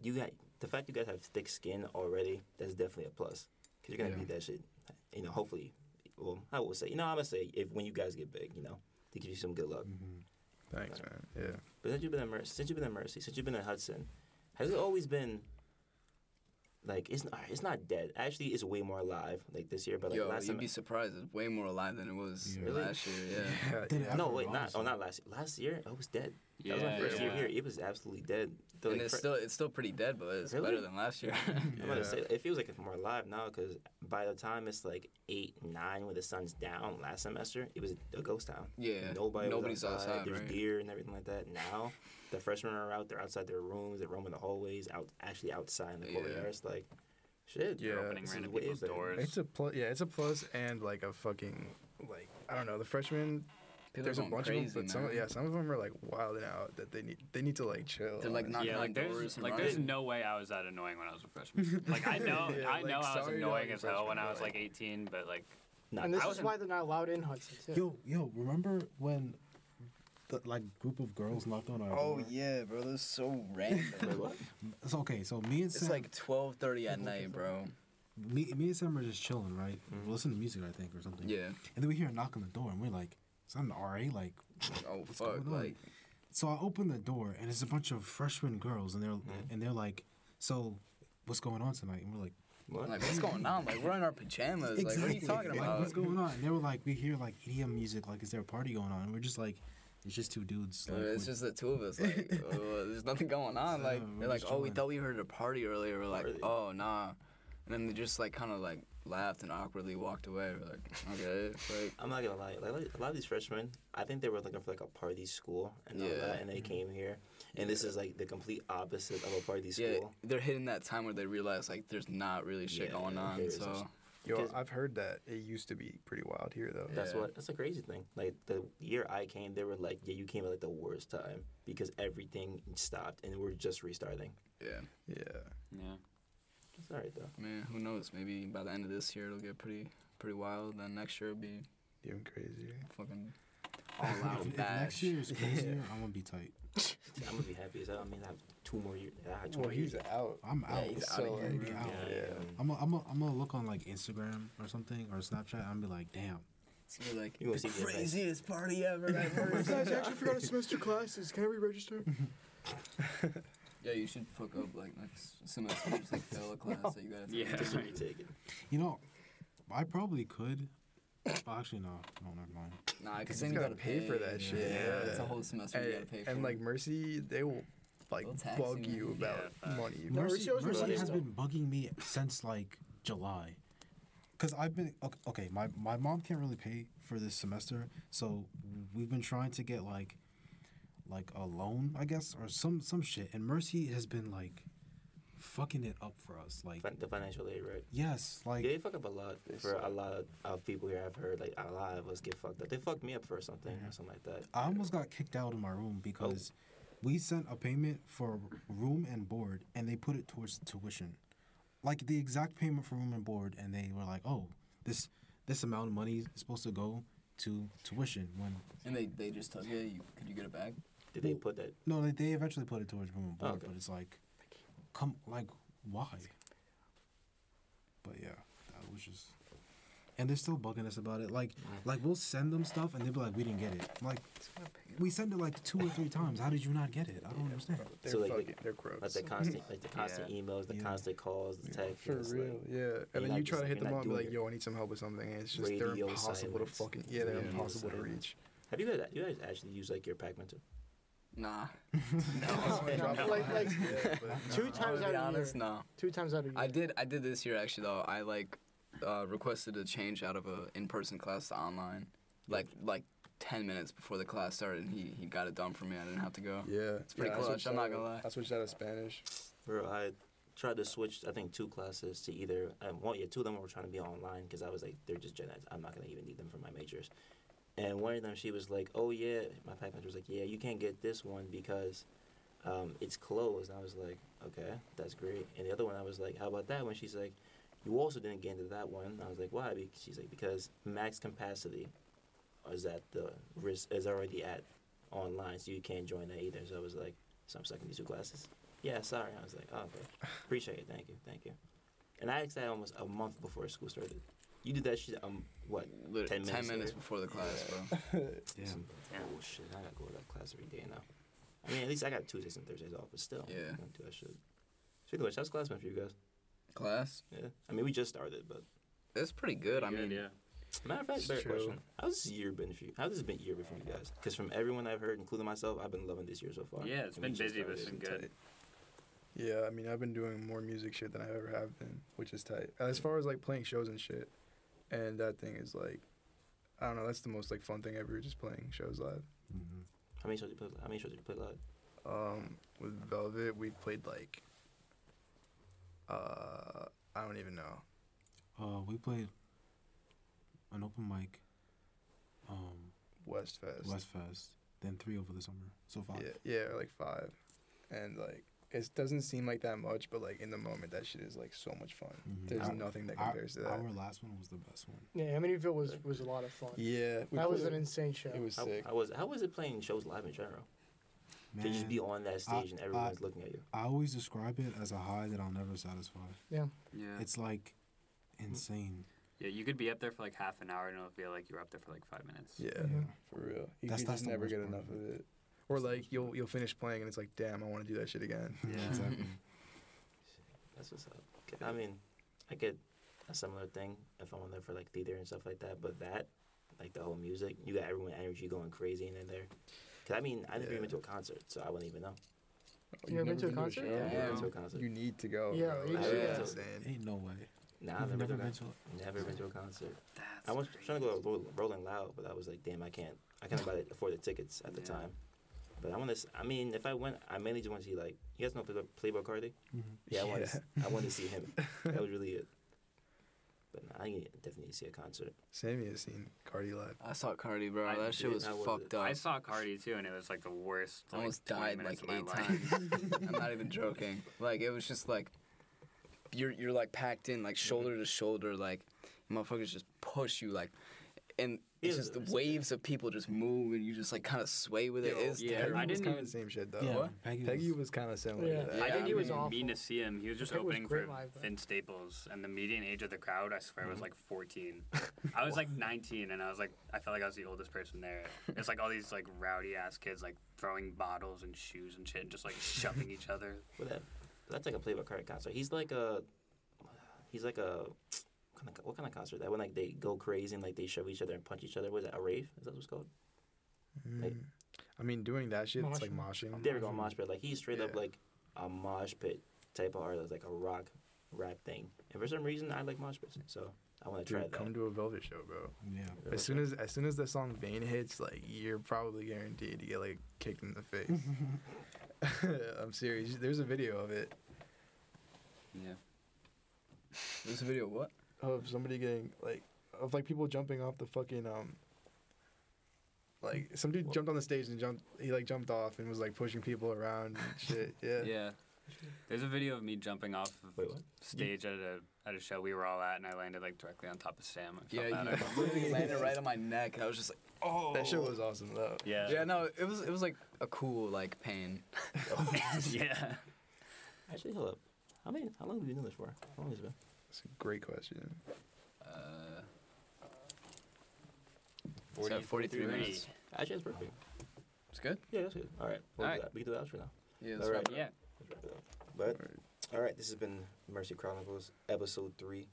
A: you got the fact you guys have thick skin already. That's definitely a plus because you're gonna
E: Yeah.
A: beat that shit. You know, hopefully. Well, I would say, you know, I'm gonna say if when you guys get big, you know, to give you some good luck.
C: Mm-hmm.
E: Mhm.
F: Thanks, man. Yeah.
A: But since you've been at Mercy, since you've been at Mercy, since you've been at Hudson, Has it always been like it's not, it's not dead? Actually, it's way more alive like this year. But like
C: Yo,
A: last
C: you'd
A: time,
C: be surprised. It's way more alive than it was
E: Yeah.
A: Really?
C: last year. Yeah.
F: Yeah,
E: Did it
A: no
E: ever
A: wait, not
E: rise?
A: oh not last year. Last year it was dead.
D: Yeah,
A: that was my first
D: yeah.
A: year here. It was absolutely dead. The,
C: and
A: like,
C: it's
A: fir-
C: still it's still pretty dead, but it's
A: Really?
C: better than last year.
A: I'm gonna
F: Yeah.
A: say it feels like it's more alive now because by the time it's like eight, nine, when the sun's down last semester, it was a ghost town.
C: yeah.
A: Nobody
C: Nobody's
A: was outside.
C: outside,
A: There's
C: right?
A: deer and everything like that. Now, the freshmen are out. They're outside their rooms. They're roaming the hallways. Out, actually outside in the
C: Yeah.
A: courtyards. Like, shit.
F: Yeah.
D: You're opening
A: this is
D: random
A: way
D: people's
A: better.
D: doors.
F: It's a plus. Yeah, it's a plus and like a fucking like I don't know. The freshmen,
C: People
F: there's a
C: are going
F: bunch
C: crazy,
F: of them, but some
C: man.
F: yeah, some of them are like wilding out that they need they need to like chill.
C: They're, like,
F: honestly.
C: not- knocking
D: yeah,
C: on
D: like
C: doors
D: there's
C: and
D: like there's
C: running.
D: no way I was that annoying when I was a freshman. like I know
F: Yeah,
D: I
F: like,
D: know I was
F: sorry to all
D: annoying
F: your
D: as hell when
F: freshmen,
D: I was
F: but, like-
D: like 18, but like
A: Nah,
B: And this
D: I
B: is
D: wasn't-
B: why they're not allowed in Hudson. Too.
E: Yo, yo, remember when the like group of girls knocked on our
C: Oh
E: door?
C: yeah, bro. That's so random.
A: what?
E: It's okay. So me and
C: it's
E: Sam,
C: like twelve thirty at night, bro.
E: me, me and Sam are just chilling, right? We're listening to music, I think, or something.
C: Mm-hmm. Yeah.
E: And then we hear a knock on the door, and we're like, "Is that an RA?" Like,
C: Oh
E: What's
C: fuck.
E: going on?
C: Like
E: so I open the door, and it's a bunch of freshman girls, and they're
C: Mm-hmm.
E: and they're like, "So, what's going on tonight?" And we're like,
A: What?
C: like what's going on? Like we're in our pajamas. Like what are you talking
E: Like,
C: about?
E: what's going on? And they were like, we hear like EDM music. Like, is there a party going on? And we're just like, it's just two dudes.
C: Uh,
E: Like,
C: it's
E: with-
C: just the two of us. Like, uh, there's nothing going on. Like,
E: Yeah, we're
C: they're like,
E: just
C: oh, we
E: chilling.
C: thought we heard a party earlier. We're like,
A: Party.
C: oh, nah. And then they just like kind of like laughed and awkwardly walked away. We're like, okay, like,
A: I'm not gonna lie. Like, like, a lot of these freshmen, I think they were looking for like a party school and all
C: Yeah.
A: that,
D: Mm-hmm.
A: and they came here. And this is like the complete opposite of a party school.
C: yeah, they're hitting that time where they realize like there's not really shit
A: Yeah,
C: going
A: yeah,
C: on.
A: there's
C: So
A: just-
F: Yo,
A: Because-
F: I've heard that it used to be pretty wild here though.
A: That's
C: Yeah.
A: what. That's a crazy thing. Like the year I came, they were like, "Yeah, you came at like the worst time because everything stopped and we're just restarting."
C: yeah,
F: Yeah.
D: yeah.
A: It's all right though.
C: man, who knows? Maybe by the end of this year it'll get pretty pretty wild. Then next year it'll be
F: Even crazier.
C: fucking all
E: if,
C: out
E: if next
C: bash.
E: year is crazier, I'm gonna be tight.
A: I'm gonna be happy as hell. I mean, I have two more years. I have two
F: Well,
A: more years.
F: he's out.
E: I'm
C: Yeah,
E: out.
C: he's
E: It's
C: outta
E: so,
C: here,
E: I'm gonna
C: bro.
E: be out.
A: Yeah,
F: Yeah.
A: um,
E: I'm a, I'm a, I'm gonna look on like Instagram or something or Snapchat. I'm be like, damn.
C: It's gonna be like
A: You gonna
C: the
A: see the event.
C: craziest party ever. I've ever seen."
B: Guys, I actually forgot a semester classes. Can I re-register?
C: Yeah, you should fuck up like next semester. Just like fail a class that you gotta. take.
D: Yeah.
A: Just gonna take it.
E: You know, I probably could. Well, actually, no, no, never mind.
C: Nah, because
F: He's
C: then you
F: gotta
C: gotta
F: pay for that shit,
C: Yeah,
F: yeah.
C: it's a whole semester you gotta pay
F: And,
C: for.
F: and, like Mercy, they will like
C: They'll tax
F: bug
C: you,
F: you
C: man.
F: about
D: Yeah, fuck.
F: money.
B: No,
E: Mercy,
B: she always
E: Mercy
A: relies
E: has
A: on-
E: been bugging me since like July. Cause I've been ok- okay. My my mom can't really pay for this semester, so we've been trying to get like, like a loan, I guess, or some some shit. And Mercy has been like, fucking it up for us. Like,
A: Fin- the financial aid, right?
E: yes, like
A: They fuck up a lot for a lot of, of people here. I've heard like a lot of us get fucked up. They fucked me up for something or something like that.
E: I almost got kicked out of my room because we sent a payment for room and board, and they put it towards tuition, like the exact payment for room and board, and they were like, "Oh, this this amount of money is supposed to go to tuition." When
C: and they, they just took it. You, could you get it back?
A: Did they put that?
E: no, they, they eventually put it towards room and board,
A: Okay.
E: but it's like, come, like, why? But yeah, that was just. And they're still bugging us about it. Like, like we'll send them stuff, and they'll be like, "We didn't get it." I'm Like, we send it like two or three times. How did you not get it? I don't understand.
F: They're
A: So, like,
F: fucking,
A: like-
F: they're gross.
A: Like the constant, like the constant
D: Yeah.
A: emails, the
E: Yeah.
A: constant calls, the texts.
F: For
A: it's
F: real,
A: like-
F: yeah. And then
A: like,
F: you
A: it's
F: try to
A: like
F: hit
A: you're
F: them
A: not
F: up and be
A: doing
F: like,
A: it.
F: yo, I need some help with something. And it's just, they're
A: Radio
F: impossible to
A: silence.
F: fucking, yeah, they're
A: Radio
F: impossible to
A: silence.
F: reach.
A: Have you guys? You guys actually use like your Pac Man too?
C: Nah.
B: no,
F: Drop it.
B: like- like-
F: Yeah, but
B: Two
F: no.
B: times
C: to
B: out
C: be
B: of the
C: honest,
B: year.
C: no.
B: Two times out of the
C: I
B: year.
C: did I did this year actually though. I like uh, requested a change out of a in person class to online, like like ten minutes before the class started. and He he got it done for me. I didn't have to go.
F: Yeah,
C: It's pretty
F: yeah, I
C: clutch,
F: switched
C: I'm not
F: out-
C: gonna lie.
F: I switched out of Spanish.
A: Bro, I tried to switch. I think two classes to either. Um, well, yeah, two of them were trying to be online because I was like, they're just gen eds. I'm not gonna even need them for my majors. And one of them, she was like, "Oh yeah," my pack manager was like, "Yeah, you can't get this one because um, it's closed." And I was like, "Okay, that's great." And the other one, I was like, "How about that one?" She's like, "You also didn't get into that one." And I was like, "Why?" Be- She's like, "Because max capacity is at the risk is already at online, so you can't join that either." So I was like, "So I'm stuck in these two classes." Yeah, sorry. I was like, "Oh, okay, appreciate it. Thank you, thank you." And I asked that almost a month before school started. You did that shit um what
C: Lit-
A: 10 minutes later?
C: before the class, bro.
E: Yeah.
A: Some bullshit. I gotta go to that class every day now. I mean, at least I got Tuesdays and Thursdays off, but still,
C: Yeah.
A: I don't do that shit. Speaking of which, how's class been for you guys?
C: Class.
A: Yeah. I mean, we just started, but
C: It's pretty good. I mean,
D: yeah.
A: matter of fact,
F: It's
A: better
F: true.
A: question. How's this year been for you? How's this been year been for you guys? Because from everyone I've heard, including myself, I've been loving this year so far.
D: Yeah, it's
A: And we
D: been
A: just
D: busy, but it's
A: started.
D: been good.
F: Yeah, I mean, I've been doing more music shit than I ever have been, which is tight. As far as like playing shows and shit, and that thing is like, I don't know, that's the most like fun thing ever, just playing shows live.
E: hmm
A: How many shows did you play? How many shows did you play live?
F: Um, with Velvet, we played like, uh, I don't even know.
E: Uh, we played an open mic, um,
F: Westfest.
E: Westfest, then three over the summer. So five.
F: Yeah, yeah, like five, and like it doesn't seem like that much, but like in the moment, that shit is like so much fun.
E: Mhm.
F: There's
E: Our-
F: nothing that
E: our-
F: compares to that.
E: Our last one was the best one.
B: Yeah, Amityville was was a lot of fun.
F: yeah, we
B: that was
F: played
B: an
F: it.
B: insane show.
F: It was
A: How,
F: sick.
A: how was how was it playing shows live in general?
E: Man,
A: Could you just be on that
E: I-
A: stage and everyone's looking at you?
E: I always describe it as a high that I'll never satisfy.
D: Yeah.
E: It's like insane.
D: yeah, you could be up there for like half an hour and it'll feel like you're up there for like five minutes.
F: Yeah,
B: Mhm.
F: for real. You
E: Mm-hmm. That's-
F: can
E: that's
F: just
E: the
F: never
E: worst
F: get
E: part
F: enough
E: of
F: of
E: it.
F: it. Or like you'll you'll finish playing and it's like, damn, I want to do that shit again.
D: Yeah.
E: exactly.
A: That's what's up. Okay, I mean, I get a similar thing if I'm on there for like theater and stuff like that, but that, like the whole music, you got everyone energy going crazy and in there. Cause I mean, I never
F: Yeah.
A: even been to a concert, so I wouldn't even know.
F: Oh,
B: You ever been
F: never
B: to a
F: show?
B: concert?
A: I've never been
D: Yeah.
A: to a concert.
F: You need to go.
B: Yeah,
F: bro.
B: you
F: Like,
A: should.
F: that's
A: Yeah.
F: insane.
E: Ain't no way.
A: Nah, I've
E: You've
A: never,
E: never
A: been,
E: been to it.
A: never been to a concert.
D: That's
A: I was
D: crazy.
A: trying to go to Roll- Rolling Loud, but I was like, damn, I can't. I can't buy, afford the tickets at the
D: Yeah.
A: time. But I want to. I mean, if I went, I mainly just want to see like you guys know Playboy, Playboy Cardi.
E: Mhm.
A: Yeah, I want
F: Yeah.
A: to. I want to see him. That was really it. But nah, I need- definitely need to see a concert.
F: Sammy has seen Cardi live.
C: I saw Cardi, bro.
D: I
C: that
A: did.
C: shit was
A: How was it?
C: fucked up.
D: I saw Cardi too, and it was like the worst.
C: I
D: like,
C: almost
D: 20
C: died like
D: minutes of my
C: eight
D: life.
C: times. I'm not even joking. Like it was just like you're you're like packed in like shoulder to shoulder like motherfuckers just push you like and it's
A: Yeah,
C: just the
A: it's-
C: waves of people just move and you just like kind of sway with it.
D: Yo,
C: It's
D: yeah,
C: terrible.
D: I
F: Peggy was
D: didn't
F: kind of
D: even-
F: the same shit though.
E: Yeah,
C: What?
E: Peggy was-
F: Peggy was kind of similar.
B: Yeah.
F: To that.
D: I
C: Yeah,
D: didn't
C: I
D: even
B: mean-
D: mean to see him. He was just
B: It was
D: opening for
B: great live, though. Mm-hmm.
D: Vince Staples, and the median age of the crowd, I swear, was like 14. I was like 19, and I was like, I felt like I was the oldest person there. It's like all these like rowdy ass kids like throwing bottles and shoes and shit, and just like shoving each other.
A: But that, that's like a Playboy Cardi concert. He's like a. He's like a. What kind of, what kind of concert? That when like they go crazy and like they shove each other and punch each other. Was that a rave? Is that what's called? Like-
F: Mm. I mean, doing that shit, it's like moshing.
A: There we go, mosh pit. Like he's straight up
F: Yeah.
A: like a mosh pit type of artist, like a rock rap thing. And for some reason, I like mosh pits, so I want to try
F: Dude,
A: that.
F: come to a Velvet show, bro.
E: Yeah.
A: Yeah,
F: As soon as as soon as the song "Vain" hits, like you're probably guaranteed to get like kicked in the face. I'm serious. There's a video of it
C: Yeah. This video what?
F: of somebody getting like of like people jumping off the fucking um. Like some dude jumped on the stage and jumped. He like jumped off and was like pushing people around and shit. Yeah.
C: Yeah.
D: There's a video of me jumping off of
A: Wait, what?
D: stage at a at a show we were all at, and I landed like directly on top of Sam. I felt
C: Yeah,
D: bad.
C: you literally landed right on my neck and I was just like, uh. oh.
F: That shit was awesome though.
D: yeah,
C: Yeah, no, it was it was like a cool like pain.
D: yeah.
A: Actually, hold up. How many? How long have you been doing this for? How long has it been?
F: It's a great question.
C: Uh,
D: Forty-
C: so 43
D: 43.
C: minutes.
A: Actually, that's perfect.
C: It's good.
A: Yeah, that's good. All right, we'll
C: All
A: do
C: right.
A: that. We can do that for now.
C: Yeah.
A: All right.
D: Yeah.
A: Let's wrap it up. But all right, this has been Mercy Chronicles, episode three.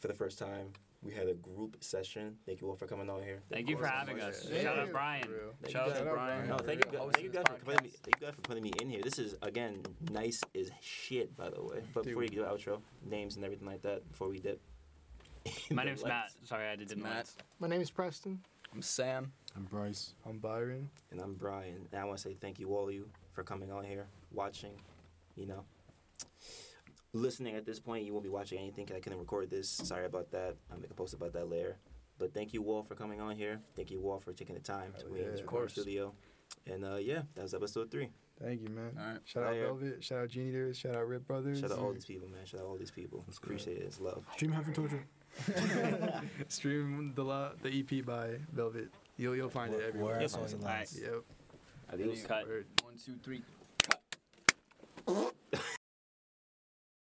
A: For the first time, we had a group session. Thank you all for coming on here.
D: Thank you for
F: course,
D: having
F: yeah.
D: us.
F: Yeah.
D: Shout out
F: For
D: Brian.
F: real.
A: Thank
D: Shout
A: you
D: out to
F: guys.
D: Brian.
A: No,
F: For
A: thank you,
F: real.
A: guys, thank you guys for putting me.
C: Podcast.
A: Thank you guys for putting me in here. This is again nice as shit, by the way. But before you do the outro, names and everything like that, before we dip.
D: My
A: The
D: name's Matt.
A: lights.
D: Sorry, I didn't.
C: Matt.
B: My name is Preston.
C: I'm Sam.
E: And Bryce.
F: I'm Byron.
A: and I'm Brian. And I want to say thank you all you for coming on here, watching, you know, listening. At this point, you won't be watching anything 'cause I couldn't record this. Sorry about that. I'll make a post about that later. But thank you all for coming on here. Thank you all for taking the time to
F: Hell
A: be in this
F: yeah. Of
A: recording
C: course.
A: studio. And uh, yeah, that was episode three.
F: Thank you, man.
C: All right.
F: Shout out
A: Fire.
F: Velvet. Shout out Gene Eaters. Shout out Rip Brothers.
A: Shout out all these people, man. Shout out all these people.
E: That's good.
A: Appreciate it. It's love.
E: Dream Heaven Torture.
F: Stream the lo- the EP by Velvet. You'll you'll find it
E: Where-
F: everywhere.
E: where
A: Yeah,
E: else
A: fine.
E: are you
D: All
E: last?
F: Yep.
A: Adios.
D: Cut.
F: Word.
C: One, two, three.